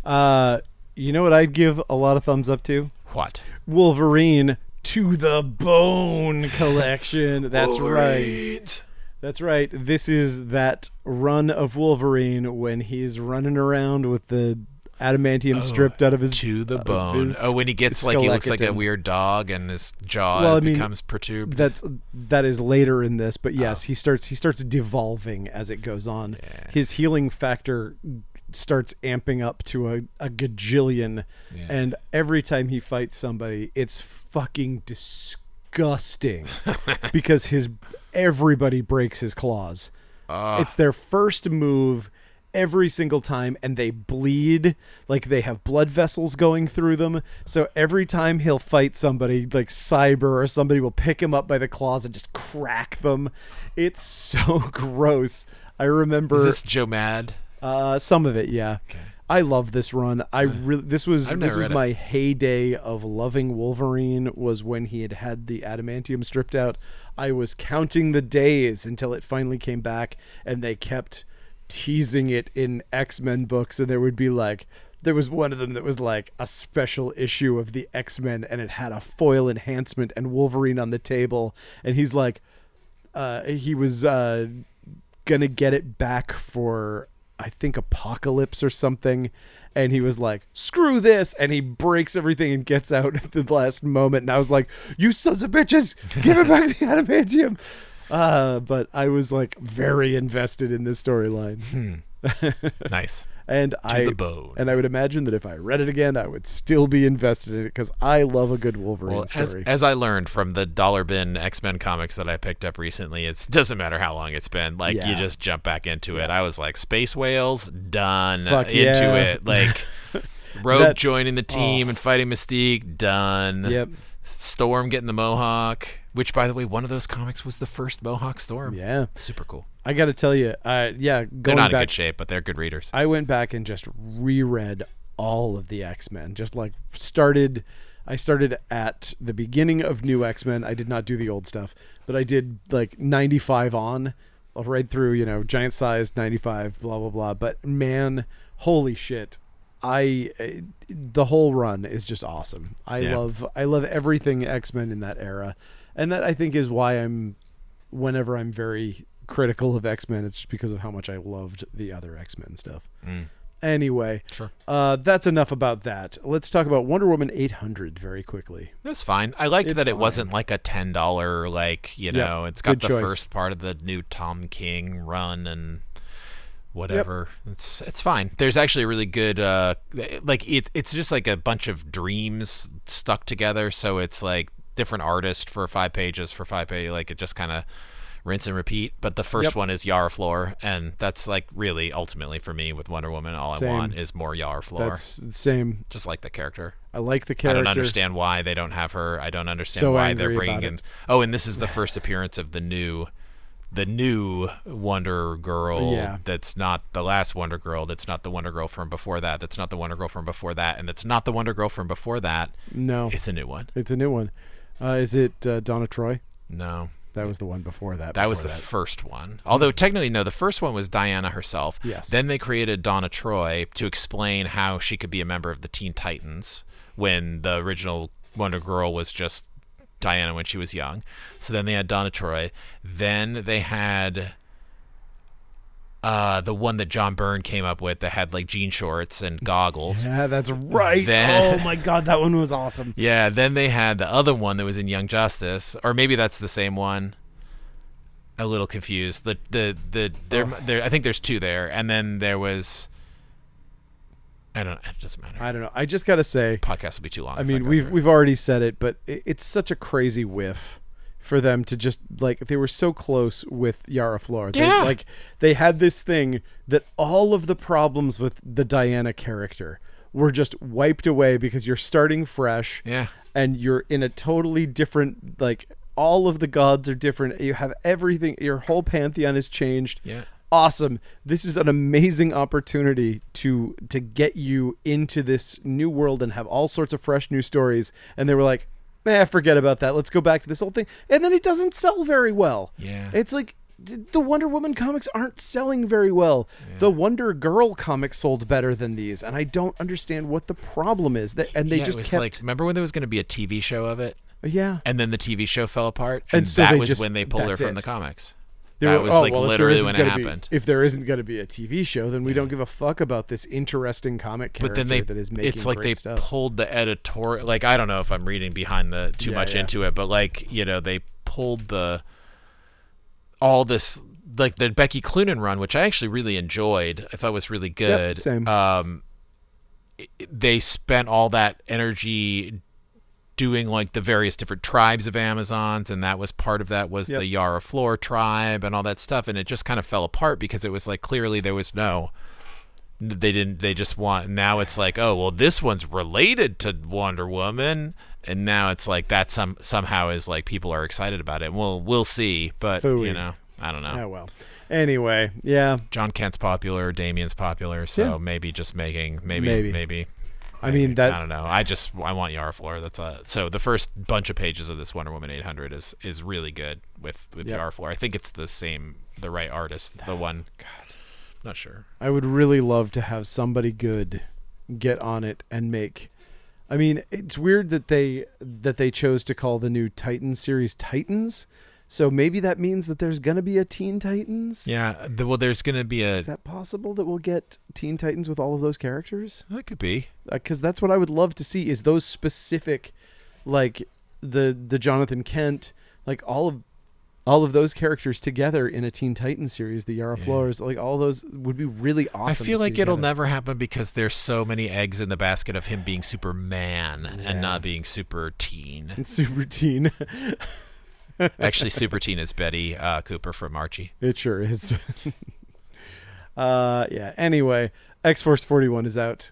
Uh, you know what I'd give a lot of thumbs up to? What? Wolverine to the bone [LAUGHS] collection. That's right. That's right. This is that run of Wolverine when he's running around with the adamantium Oh, stripped out of his To the out of bone. Uh, his Oh, when he gets like he looks like a skeleton. weird dog and his jaw Well, I mean, becomes perturbed. That's that is later in this, but yes, he starts he starts devolving as it goes on. His healing factor starts amping up to a, a gajillion, and every time he fights somebody, it's fucking [LAUGHS] disgusting because his everybody breaks his claws. It's their first move every single time and they bleed like they have blood vessels going through them so every time he'll fight somebody like cyber or somebody will pick him up by the claws and just crack them it's so [LAUGHS] gross i remember Is this [LAUGHS] Joe Mad? uh, some of it yeah i love this run i really this was I've this never was read it. my heyday of loving wolverine was when he had had the adamantium stripped out i was counting the days until it finally came back and they kept teasing it in x-men books and there would be like there was one of them that was like a special issue of the x-men and it had a foil enhancement and wolverine on the table and he's like uh, he was uh, gonna get it back for I think Apocalypse or something, and he was like, "Screw this!" and he breaks everything and gets out [LAUGHS] at the last moment. And I was like, "You sons of bitches, give it back the [LAUGHS] adamantium!" Uh, but I was like very invested in this storyline, Nice. and I Hmm. the bone. and I would imagine that if I read it again, I would still be invested in it because I love a good Wolverine Well, as, story. as I learned from the dollar bin X Men comics that I picked up recently, it doesn't matter how long it's been. Like you Yeah. just jump back into it. I was like, space whales, done Fuck into yeah. [LAUGHS] it. Like Rogue That- oh. joining the team and fighting Mystique, done. Yep. Storm getting the Mohawk, which by the way, one of those comics was the first Mohawk Storm. yeah, super cool. I got to tell you, uh, yeah, They're going not in back good shape, but they're good readers. I went back and just reread all of the X Men. Just like started, I started at the beginning of New X Men. I did not do the old stuff, but I did like 95 on. I'll read through, you know, giant size 95, blah, blah, blah. But man, holy shit. I eh, the whole run is just awesome. I Yeah. love I love everything X-Men in that era. And that I think is why I'm whenever I'm very critical of X Men, it's just because of how much I loved the other X Men stuff. Anyway, Mm. Sure. uh, that's enough about that. Let's talk about Wonder Woman 800 very quickly. That's fine. I liked It's that it fine. wasn't like a ten dollar like you Yeah, know. It's good got the choice. first part of the new Tom King run and whatever. It's it's fine. There's actually a really good uh like it it's just like a bunch of dreams stuck together. So it's like different artists for five pages for five pages. Like it just kind of rinse and repeat. But the first Yep. one is Yara Floor, and that's like really ultimately for me with Wonder Woman. All I Same. want is more Yara Floor. That's the same. Just like the character. I like the I character. don't understand why they don't have her. I don't understand So why angry they're bringing about in. it. Oh, and this is [SIGHS] the first appearance of the new, the new Wonder Girl. Yeah. That's not the last Wonder Girl. That's not the Wonder Girl from before that. That's not the Wonder Girl from before that. And that's not the Wonder Girl from before that. No, It's a new one. it's a new one. Uh, is it uh, Donna Troy? No, That was the one before that. that was the before first one. Although technically, no, the first one was Diana herself. Yes. Then they created Donna Troy to explain how she could be a member of the Teen Titans when the original Wonder Girl was just Diana when she was young. So then they had Donna Troy. Then they had uh, the one that John Byrne came up with that had like jean shorts and goggles. Yeah, that's right. Then- Oh my god, that one was [LAUGHS] awesome. Yeah, then they had the other one that was in Young Justice, or maybe that's the same one. A little confused. The the the there there I think there's two there, and then there was. I don't. It doesn't matter. I don't know. I just gotta say, Podcast will be too long. I mean, we've we've already said it, but i it's such a crazy whiff for them to just like they were so close with Yara Floor. They, Yeah. Like they had this thing that all of the problems with the Diana character were just wiped away because you're starting fresh. Yeah. And you're in a totally different like all of the gods are different. You have everything. Your whole pantheon has changed Yeah. awesome this is an amazing opportunity to to get you into this new world and have all sorts of fresh new stories and they were like eh, forget about that let's go back to this old thing and then it doesn't sell very well Yeah. it's like th- the Wonder Woman comics aren't selling very well. The Wonder Girl comics sold better than these, and I don't understand what the problem is. That and they Yeah, just it was kept, like remember when there was going to be a TV show of it, yeah. and then the TV show fell apart, and, And so that they was just- when they pulled her that's from it. the comics. There that were- oh, was like well, if there literally isn't when it gonna be- happened. if there isn't going to be a TV show, then we don't give a fuck about this interesting comic character But then they, that is making it's like great they stuff. pulled the editorial. Like I don't know if I'm reading behind the too Yeah, much yeah. into it, but like you know they pulled the all this like the Becky Cloonan run, which I actually really enjoyed. I thought was really good. same. Um, it- they spent all that energy doing like the various different tribes of Amazons, and that was part of that was Yep. the Yara Floor tribe and all that stuff, and it just kind of fell apart because it was like clearly there was no. They didn't. They just want. Now it's like, oh well, this one's related to Wonder Woman, and now it's like that some somehow is like people are excited about it. Well, we'll see, but you Phooey. know, I don't know. Oh well. Anyway, yeah. John Kent's popular, Damien's popular, so Yeah. maybe just making maybe maybe. Maybe. I maybe. mean that. I don't know. I just I want Yara Floor. That's a so the first bunch of pages of this Wonder Woman 800 is is really good with with Yep. Yara Floor. I think it's the same the right artist, [SIGHS] the one. God. Not sure. I would really love to have somebody good get on it and make. I mean, it's weird that they that they chose to call the new Titans series Titans. So maybe that means that there's gonna be a Teen Titans. Yeah. The, well, there's gonna be a Is that possible that we'll get Teen Titans with all of those characters? that could be. Because uh, that's what I would love to see is those specific, like the the Jonathan Kent, like all of all of those characters together in a Teen Titans series. The Yara Yeah. Flores, like all those would be really awesome. I to feel see like it'll together. never happen because there's so many eggs in the basket of him being Superman and Yeah. not being super [LAUGHS] teen. and super teen. Actually, super teen is Betty uh, Cooper from Archie. It sure is. [LAUGHS] uh, yeah. Anyway, X Force 41 is out.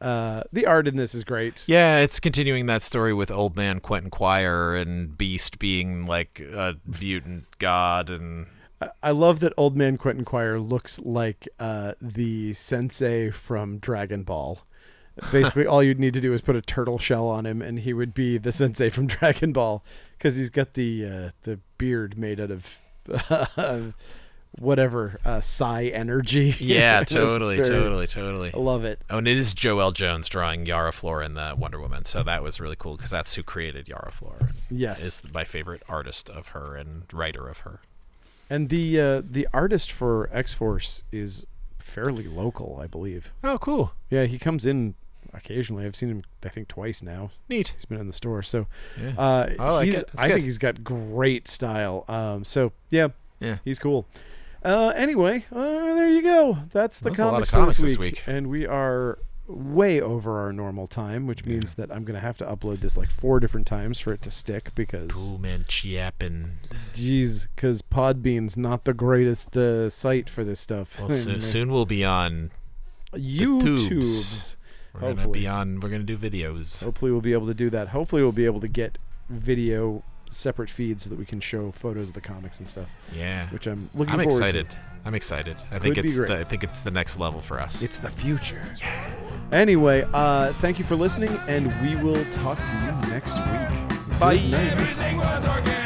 Uh, the art in this is great. Yeah, it's continuing that story with old man Quentin Quire and Beast being like a mutant [LAUGHS] god and I- I love that old man Quentin Quire looks like uh, the sensei from Dragon Ball. [LAUGHS] Basically, all you'd need to do is put a turtle shell on him, and he would be the sensei from [LAUGHS] Dragon Ball because he's got the uh, the beard made out of [LAUGHS] whatever uh, psi energy. [LAUGHS] yeah, It's totally, very- totally, totally. I love it. Oh, and it is Joel Jones drawing Yara Flora in the Wonder Woman, so that was really cool because that's who created Yara Flora. Yes, Is my favorite artist of her and writer of her. And the uh, the artist for X Force is fairly local, I believe. Oh, cool, Yeah, he comes in occasionally. I've seen him, I think, twice now. neat. He's been in the store, so Yeah. uh, I like he's, it. It's I good. think he's got great style. Um, so yeah, Yeah. he's cool. Uh, anyway, uh, there you go. That's the That's a lot comics, of for comics this, this week. week. and we are way over our normal time, which means that I'm gonna have to upload this like four different times for it to stick because. Cool man, [LAUGHS] chiappin. Jeez, because Podbean's not the greatest uh, site for this stuff. Well, [LAUGHS] so, soon we'll be on. YouTube's. tubes. We're gonna Hopefully. be on. We're gonna do videos. Hopefully, we'll be able to do that. Hopefully, we'll be able to get video separate feeds so that we can show photos of the comics and stuff, Yeah. which I'm looking I'm forward excited. to. I'm excited. I Could think be it's great. the, I think it's the next level for us. It's the future. Yeah. Anyway, uh, thank you for listening, and we will talk to you next week. Good night. Everything was organic.